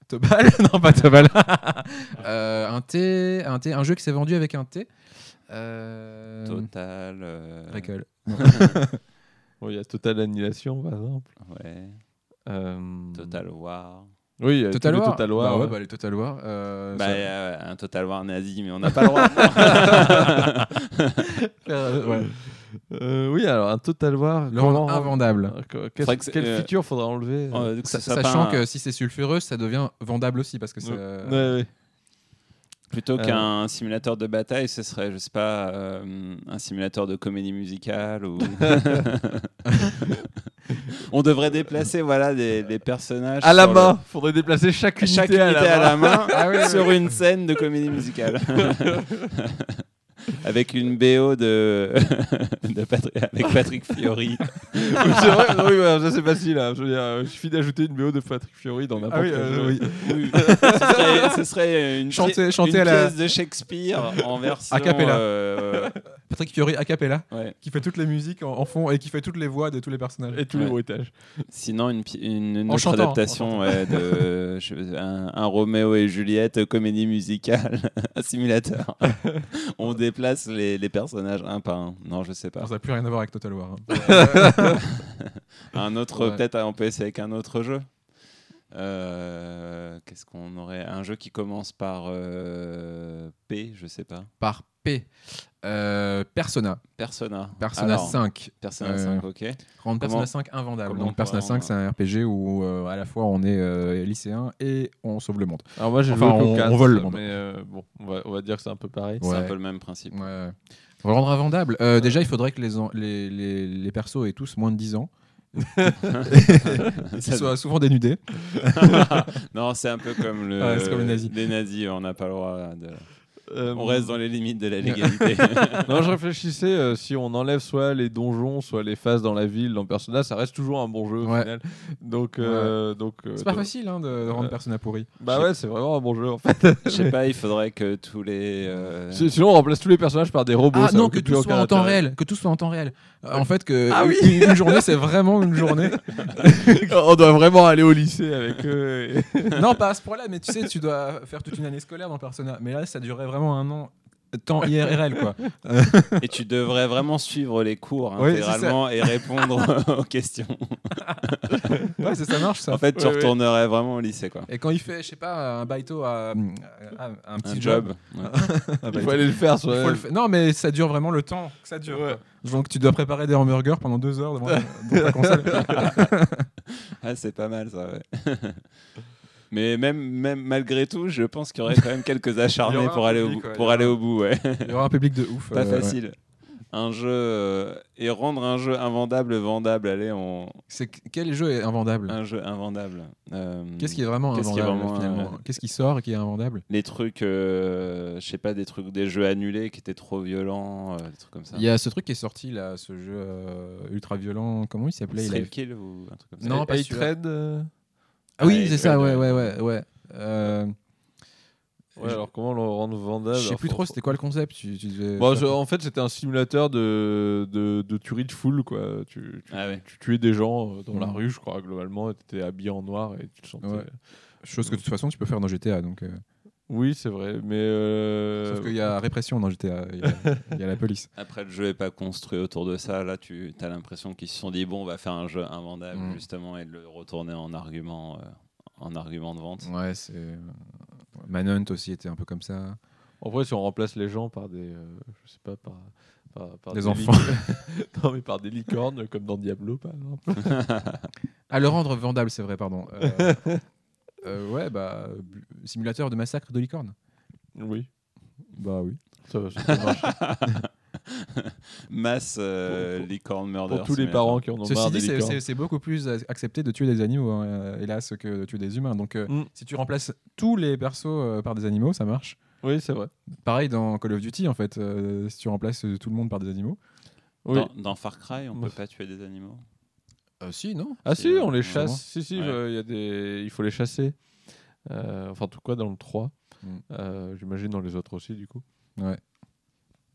S2: Tobal *laughs* Non, pas Tobal. Euh, un thé, un thé, un jeu qui s'est vendu avec un thé. Euh,
S1: Total. euh,
S2: la gueule.
S3: Bon, Il y a Total Annihilation, par exemple.
S1: ouais.
S3: Euh,
S1: Total War.
S3: Oui, il y a
S2: Total
S3: tous les
S2: War.
S3: Total War,
S2: Bah ouais,
S3: ouais.
S2: bah, les Total War. euh,
S1: Bah,
S2: ça-
S1: euh, un Total War nazi, mais on
S2: *laughs*
S1: n'a pas le droit.
S2: Euh, ouais.
S3: Euh, oui, alors un Total War.
S2: Le
S3: comment
S2: rendre invendable.
S3: Euh, que- qu'est-ce-
S1: Faudrait que c'est-
S3: quelle
S1: euh,
S3: feature faudra enlever euh,
S1: Euh, que ce soit pas
S2: Sachant
S1: un-
S2: que si c'est sulfureux, ça devient vendable aussi parce que c'est.
S3: Ouais, ouais.
S1: Plutôt
S3: Euh,
S1: qu'un simulateur de bataille, ce serait, je sais pas, euh, un simulateur de comédie musicale ou. *laughs* On devrait déplacer voilà des, des personnages
S3: À la
S1: sur le-
S3: main, faudrait déplacer chaque unité,
S1: chaque unité à la, main
S2: Ah oui,
S1: sur une scène de comédie musicale. *laughs* Avec une BO de, *laughs* de Patri- avec Patrick Fiori.
S3: c'est vrai, non, oui, voilà, ça c'est facile. hein. Je veux dire, euh, il suffit d'ajouter une BO de Patrick Fiori dans n'importe quel jeu.
S1: ce, serait, ce serait une,
S2: Chanter-
S1: pi-
S2: chanter
S1: une
S2: à la-
S1: pièce de Shakespeare en version.
S2: A cappella.
S1: euh,
S2: Patrick Fiori a cappella,
S1: ouais.
S2: qui fait toutes les musiques en, en fond et qui fait toutes les voix de tous les personnages.
S3: Et tous
S1: Ouais.
S3: les bruitages.
S1: Sinon, une, pi- une, une
S2: En
S1: autre
S2: chantant, hein, en
S1: adaptation ouais, de
S2: *laughs*
S1: je- un, un Roméo et Juliette comédie musicale, *laughs* un
S2: *laughs*
S1: simulateur. On déplace les, les personnages un par un. Non, je sais pas.
S2: Alors, ça n'a plus rien à voir avec Total War. hein.
S1: *laughs* Un autre,
S2: Ouais.
S1: peut-être à empêcher avec un autre jeu. Euh, Qu'est-ce qu'on aurait Un jeu qui commence par euh, P, je sais pas.
S2: Par P. Euh, Persona.
S1: Persona.
S2: Persona
S1: Alors,
S2: 5.
S1: Persona
S2: Euh,
S1: 5, ok. Comment-
S2: Rendre Persona 5 invendable.
S1: comment on
S2: Donc euh, Persona
S1: pourrait
S2: 5, c'est un RPG où euh, à la fois on est euh, lycéen et on sauve le monde.
S3: Alors moi j'ai
S2: Enfin,
S3: joué
S2: on-
S3: au 4,
S2: on vole le monde.
S3: mais euh, bon, on va, on va dire que c'est un peu pareil.
S1: C'est
S2: Ouais.
S1: un peu le même
S2: *laughs*
S1: principe. *laughs*
S2: Ouais. Pour rendre invendable, euh, déjà il faudrait que les, en- les, les, les persos aient tous moins de 10 ans. Qu'ils soient souvent dénudés.
S1: non, c'est un peu comme le,
S2: *laughs* Ouais, c'est comme les nazis.
S1: les nazis. On n'a pas le droit. De...
S3: Euh,
S1: On reste dans les limites de
S2: *laughs*
S1: la légalité.
S3: Non, je réfléchissais euh, si on enlève soit les donjons, soit les phases dans la ville, dans Persona, ça reste toujours un bon jeu au
S2: Ouais.
S3: final. Donc, euh, donc euh,
S2: C'est pas
S3: donc-
S2: facile hein, de, de rendre
S3: Ouais.
S2: Persona pourri.
S3: Bah ouais, c'est vraiment un bon jeu en fait.
S1: Je sais pas, il faudrait que tous les. euh,
S3: Si- Sinon, on remplace tous les personnages par des robots.
S2: Ah
S3: ça
S2: non,
S3: occupe
S2: que
S3: plus
S2: tout soit
S3: aucun
S2: en temps
S3: intérêt.
S2: réel. Que tout soit en temps réel. Euh, En fait, que une, une journée, c'est vraiment une *laughs* journée.
S3: *laughs* on doit vraiment aller au lycée avec eux.
S2: *laughs*
S3: et-
S2: non, pas à ce point-là, mais tu sais, tu dois faire toute une année scolaire dans Persona. Mais là, ça durait vraiment un an. Temps IRL, quoi.
S1: Et tu devrais vraiment suivre les cours
S2: Oui, c'est ça.
S1: intégralement et répondre *laughs* aux questions.
S2: Ouais, ça, ça marche, ça.
S1: En fait, tu
S3: Ouais, ouais.
S1: retournerais vraiment au lycée, quoi.
S2: Et quand il fait, je sais pas, un baito à, à- à- à un petit
S1: Un
S2: job,
S1: job. Ouais.
S2: *laughs*
S1: *laughs*
S2: un
S3: Il
S2: baito,
S3: faut aller le faire.
S2: il
S3: Soit...
S2: faut le faire. Non, mais ça dure vraiment le temps que ça dure.
S3: Ouais.
S2: quoi. Donc tu dois préparer des hamburgers pendant deux
S1: *laughs*
S2: heures devant, devant ta console.
S1: Ah, c'est pas mal ça, ouais. *laughs* Mais même, même malgré tout, je pense qu'il y aurait quand même quelques
S2: Il y
S1: acharnés
S2: aura
S1: pour
S2: un
S1: aller, au,
S2: public,
S1: bout-
S2: ouais, il y
S1: pour
S2: aura
S1: aller
S2: un-
S1: au bout, ouais.
S2: Il y aura un public de ouf.
S1: Pas
S2: euh, ouais.
S1: facile. Un jeu euh, et rendre un jeu invendable vendable. Allez, on
S2: C'est que- quel jeu est invendable
S1: un jeu invendable. Euh,
S2: Qu'est-ce qui est vraiment
S1: Qu'est-ce qui est
S2: invendable
S1: vraiment,
S2: finalement
S1: euh,
S2: Qu'est-ce qui sort et qui est invendable
S1: les trucs, euh, je sais pas, des trucs, des jeux annulés qui étaient trop violents, euh, des trucs comme ça.
S2: Il y a ce truc qui est sorti là, ce jeu euh, ultra violent. Comment il s'appelait il
S1: Thrill
S2: avait-
S1: Kill ou un truc comme ça.
S2: Non,
S3: Et-
S2: pas
S3: et
S2: celui-là.
S3: Trade, euh,
S2: Ah oui,
S1: Ouais,
S2: c'est ça.
S1: Thread,
S2: Ouais, ouais,
S1: ouais.
S2: ouais, ouais. Euh,
S3: Ouais,
S2: Je-
S3: alors comment le rendre vendable
S2: je sais
S3: alors,
S2: plus
S3: faut-
S2: trop. C'était quoi le concept tu, tu devais-
S3: Bon, Bah, je- en fait, c'était un simulateur de, de, de tuerie de foule, quoi. Tu, tu,
S1: Ah ouais.
S3: tu tuais des gens euh, dans la
S2: Mhm.
S3: rue, je crois, globalement, et t'étais habillé en noir et tu te sentais.
S2: Ouais. Chose que de toute façon tu peux faire dans GTA. Donc, euh,
S3: Oui, c'est vrai, mais. euh,
S2: Sauf qu'il y a répression dans GTA. Il y a- il y a la police.
S1: Après, le jeu est pas construit autour de ça. Là, tu as l'impression qu'ils se sont dit bon, on va faire un jeu invendable
S2: Mm.
S1: justement et de le retourner en argument, euh, en argument de vente.
S2: Ouais, c'est. euh, Manhunt aussi était un peu comme ça.
S3: En vrai, si on remplace les gens par des. euh, je sais pas, par. par- par
S2: Des
S3: lic-
S2: enfants.
S3: *laughs* non, mais par des licornes, comme dans Diablo, par exemple.
S2: Ah, *laughs* À le rendre vendable, c'est vrai, pardon. Euh, Euh, ouais, bah, bu- simulateur de massacre de licorne.
S3: Oui,
S2: Bah oui.
S3: ça va, ça peut
S2: *laughs*
S3: marcher.
S1: Mass euh,
S3: Pour- pour-
S1: licorne murder.
S3: Pour tous les
S1: simulator.
S3: parents qui en ont
S2: Ceci
S3: marre
S2: dit,
S3: des
S2: c'est-
S3: licornes.
S2: c'est c'est beaucoup plus a- accepté de tuer des animaux, hein, euh, hélas, que de tuer des humains. Donc, euh,
S3: Mm.
S2: si tu remplaces tous les persos euh, par des animaux, ça marche.
S3: Oui, c'est vrai.
S2: Pareil dans Call of Duty, en fait, euh, si tu remplaces euh, tout le monde par des animaux.
S3: Oui.
S1: Dans, dans Far Cry, on
S3: Ouf.
S1: peut pas tuer des animaux.
S2: si, non
S3: Ah
S1: C'est,
S3: si,
S1: euh,
S3: on les
S2: vraiment.
S3: chasse. Si, si,
S1: Ouais.
S3: euh, il y a des... il faut les chasser. Euh, enfin, en tout cas, dans le 3.
S2: Mm.
S3: Euh, J'imagine dans les autres aussi, du coup.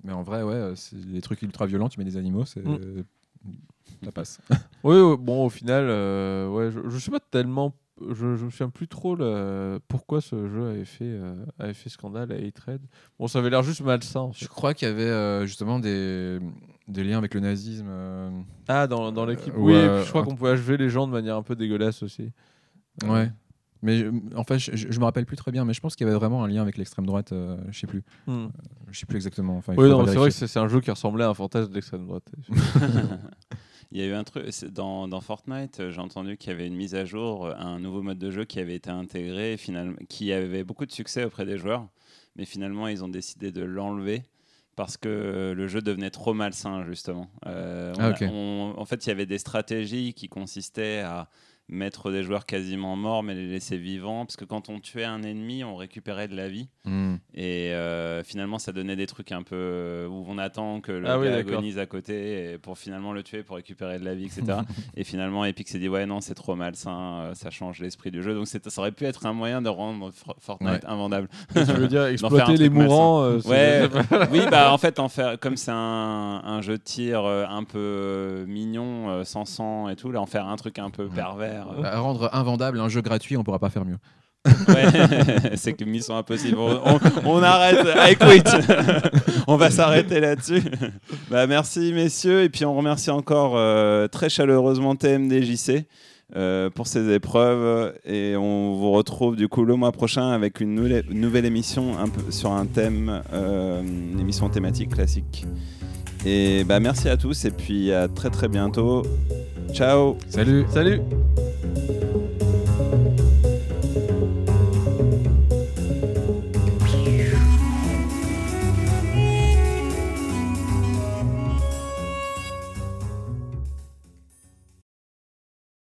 S2: Mais en vrai, ouais, euh, c'est des trucs ultra violents, tu mets des animaux, c'est.
S3: Mm.
S2: euh, Ça passe.
S3: Oui, oui, bon, au final, euh, ouais, je, je sais pas tellement. Je, je me souviens plus trop là, pourquoi ce jeu avait fait, euh, avait fait scandale à A-Trade. Bon, ça avait l'air juste malsain. en fait.
S2: Je crois qu'il y avait euh, justement des, des liens avec le nazisme. euh,
S3: Ah, dans, dans l'équipe.
S2: Euh,
S3: oui,
S2: ouais,
S3: et puis je crois
S2: un-
S3: qu'on pouvait achever les gens de manière un peu dégueulasse aussi. Euh,
S2: Ouais. Mais je- en fait, je, je- je me rappelle plus très bien, mais je pense qu'il y avait vraiment un lien avec l'extrême droite. euh, je sais plus.
S3: Hmm.
S2: Je sais plus exactement. Enfin, il
S3: Oui,
S2: faudra
S3: non, c'est vrai que
S2: vérifier.
S3: c'est c'est un jeu qui ressemblait à un fantasme d'extrême *laughs* droite.
S1: Il y a eu un truc c'est dans, dans Fortnite, euh, j'ai entendu qu'il y avait une mise à jour, euh, un nouveau mode de jeu qui avait été intégré, et finalement, qui avait beaucoup de succès auprès des joueurs, mais finalement ils ont décidé de l'enlever parce que euh, le jeu devenait trop malsain justement. Euh, on
S2: Ah,
S1: a-
S2: ok.
S1: on- en fait, il y avait des stratégies qui consistaient à mettre des joueurs quasiment morts mais les laisser vivants, parce que quand on tuait un ennemi, on récupérait de la vie.
S2: Hmm.
S1: Et euh, finalement, ça donnait des trucs un peu euh, où on attend que le
S3: Ah oui,
S1: gars
S3: d'accord.
S1: agonise à côté et pour finalement le tuer, pour récupérer de la vie,
S3: *laughs*
S1: etc. et finalement, Epic s'est dit ouais non, c'est trop malsain, euh, ça change l'esprit du jeu. Donc c'est- ça aurait pu être un moyen de rendre For- Fortnite invendable.
S3: tu veux dire
S1: faire un
S3: exploiter les
S1: truc
S3: mourants euh, c'est-
S1: Ouais, *laughs* oui, bah en fait, en faire, comme c'est un, un jeu de tir euh, un peu euh, mignon, euh, sans sang et tout, là, en faire un truc un peu pervers. euh,
S2: À Bah, rendre invendable un jeu gratuit, on pourra pas faire mieux.
S1: Ouais, *laughs* c'est que mission impossible. On, on- on arrête. I quit. *laughs* on va s'arrêter là-dessus. Bah, merci, messieurs. Et puis, on remercie encore euh, très chaleureusement TMDJC euh, pour ces épreuves. Et on vous retrouve du coup le mois prochain avec une nouvelle, nouvelle émission un peu sur un thème, euh, une émission thématique classique. Et bah, merci à tous. Et puis, à très très bientôt. Ciao.
S2: Salut
S3: *laughs* Salut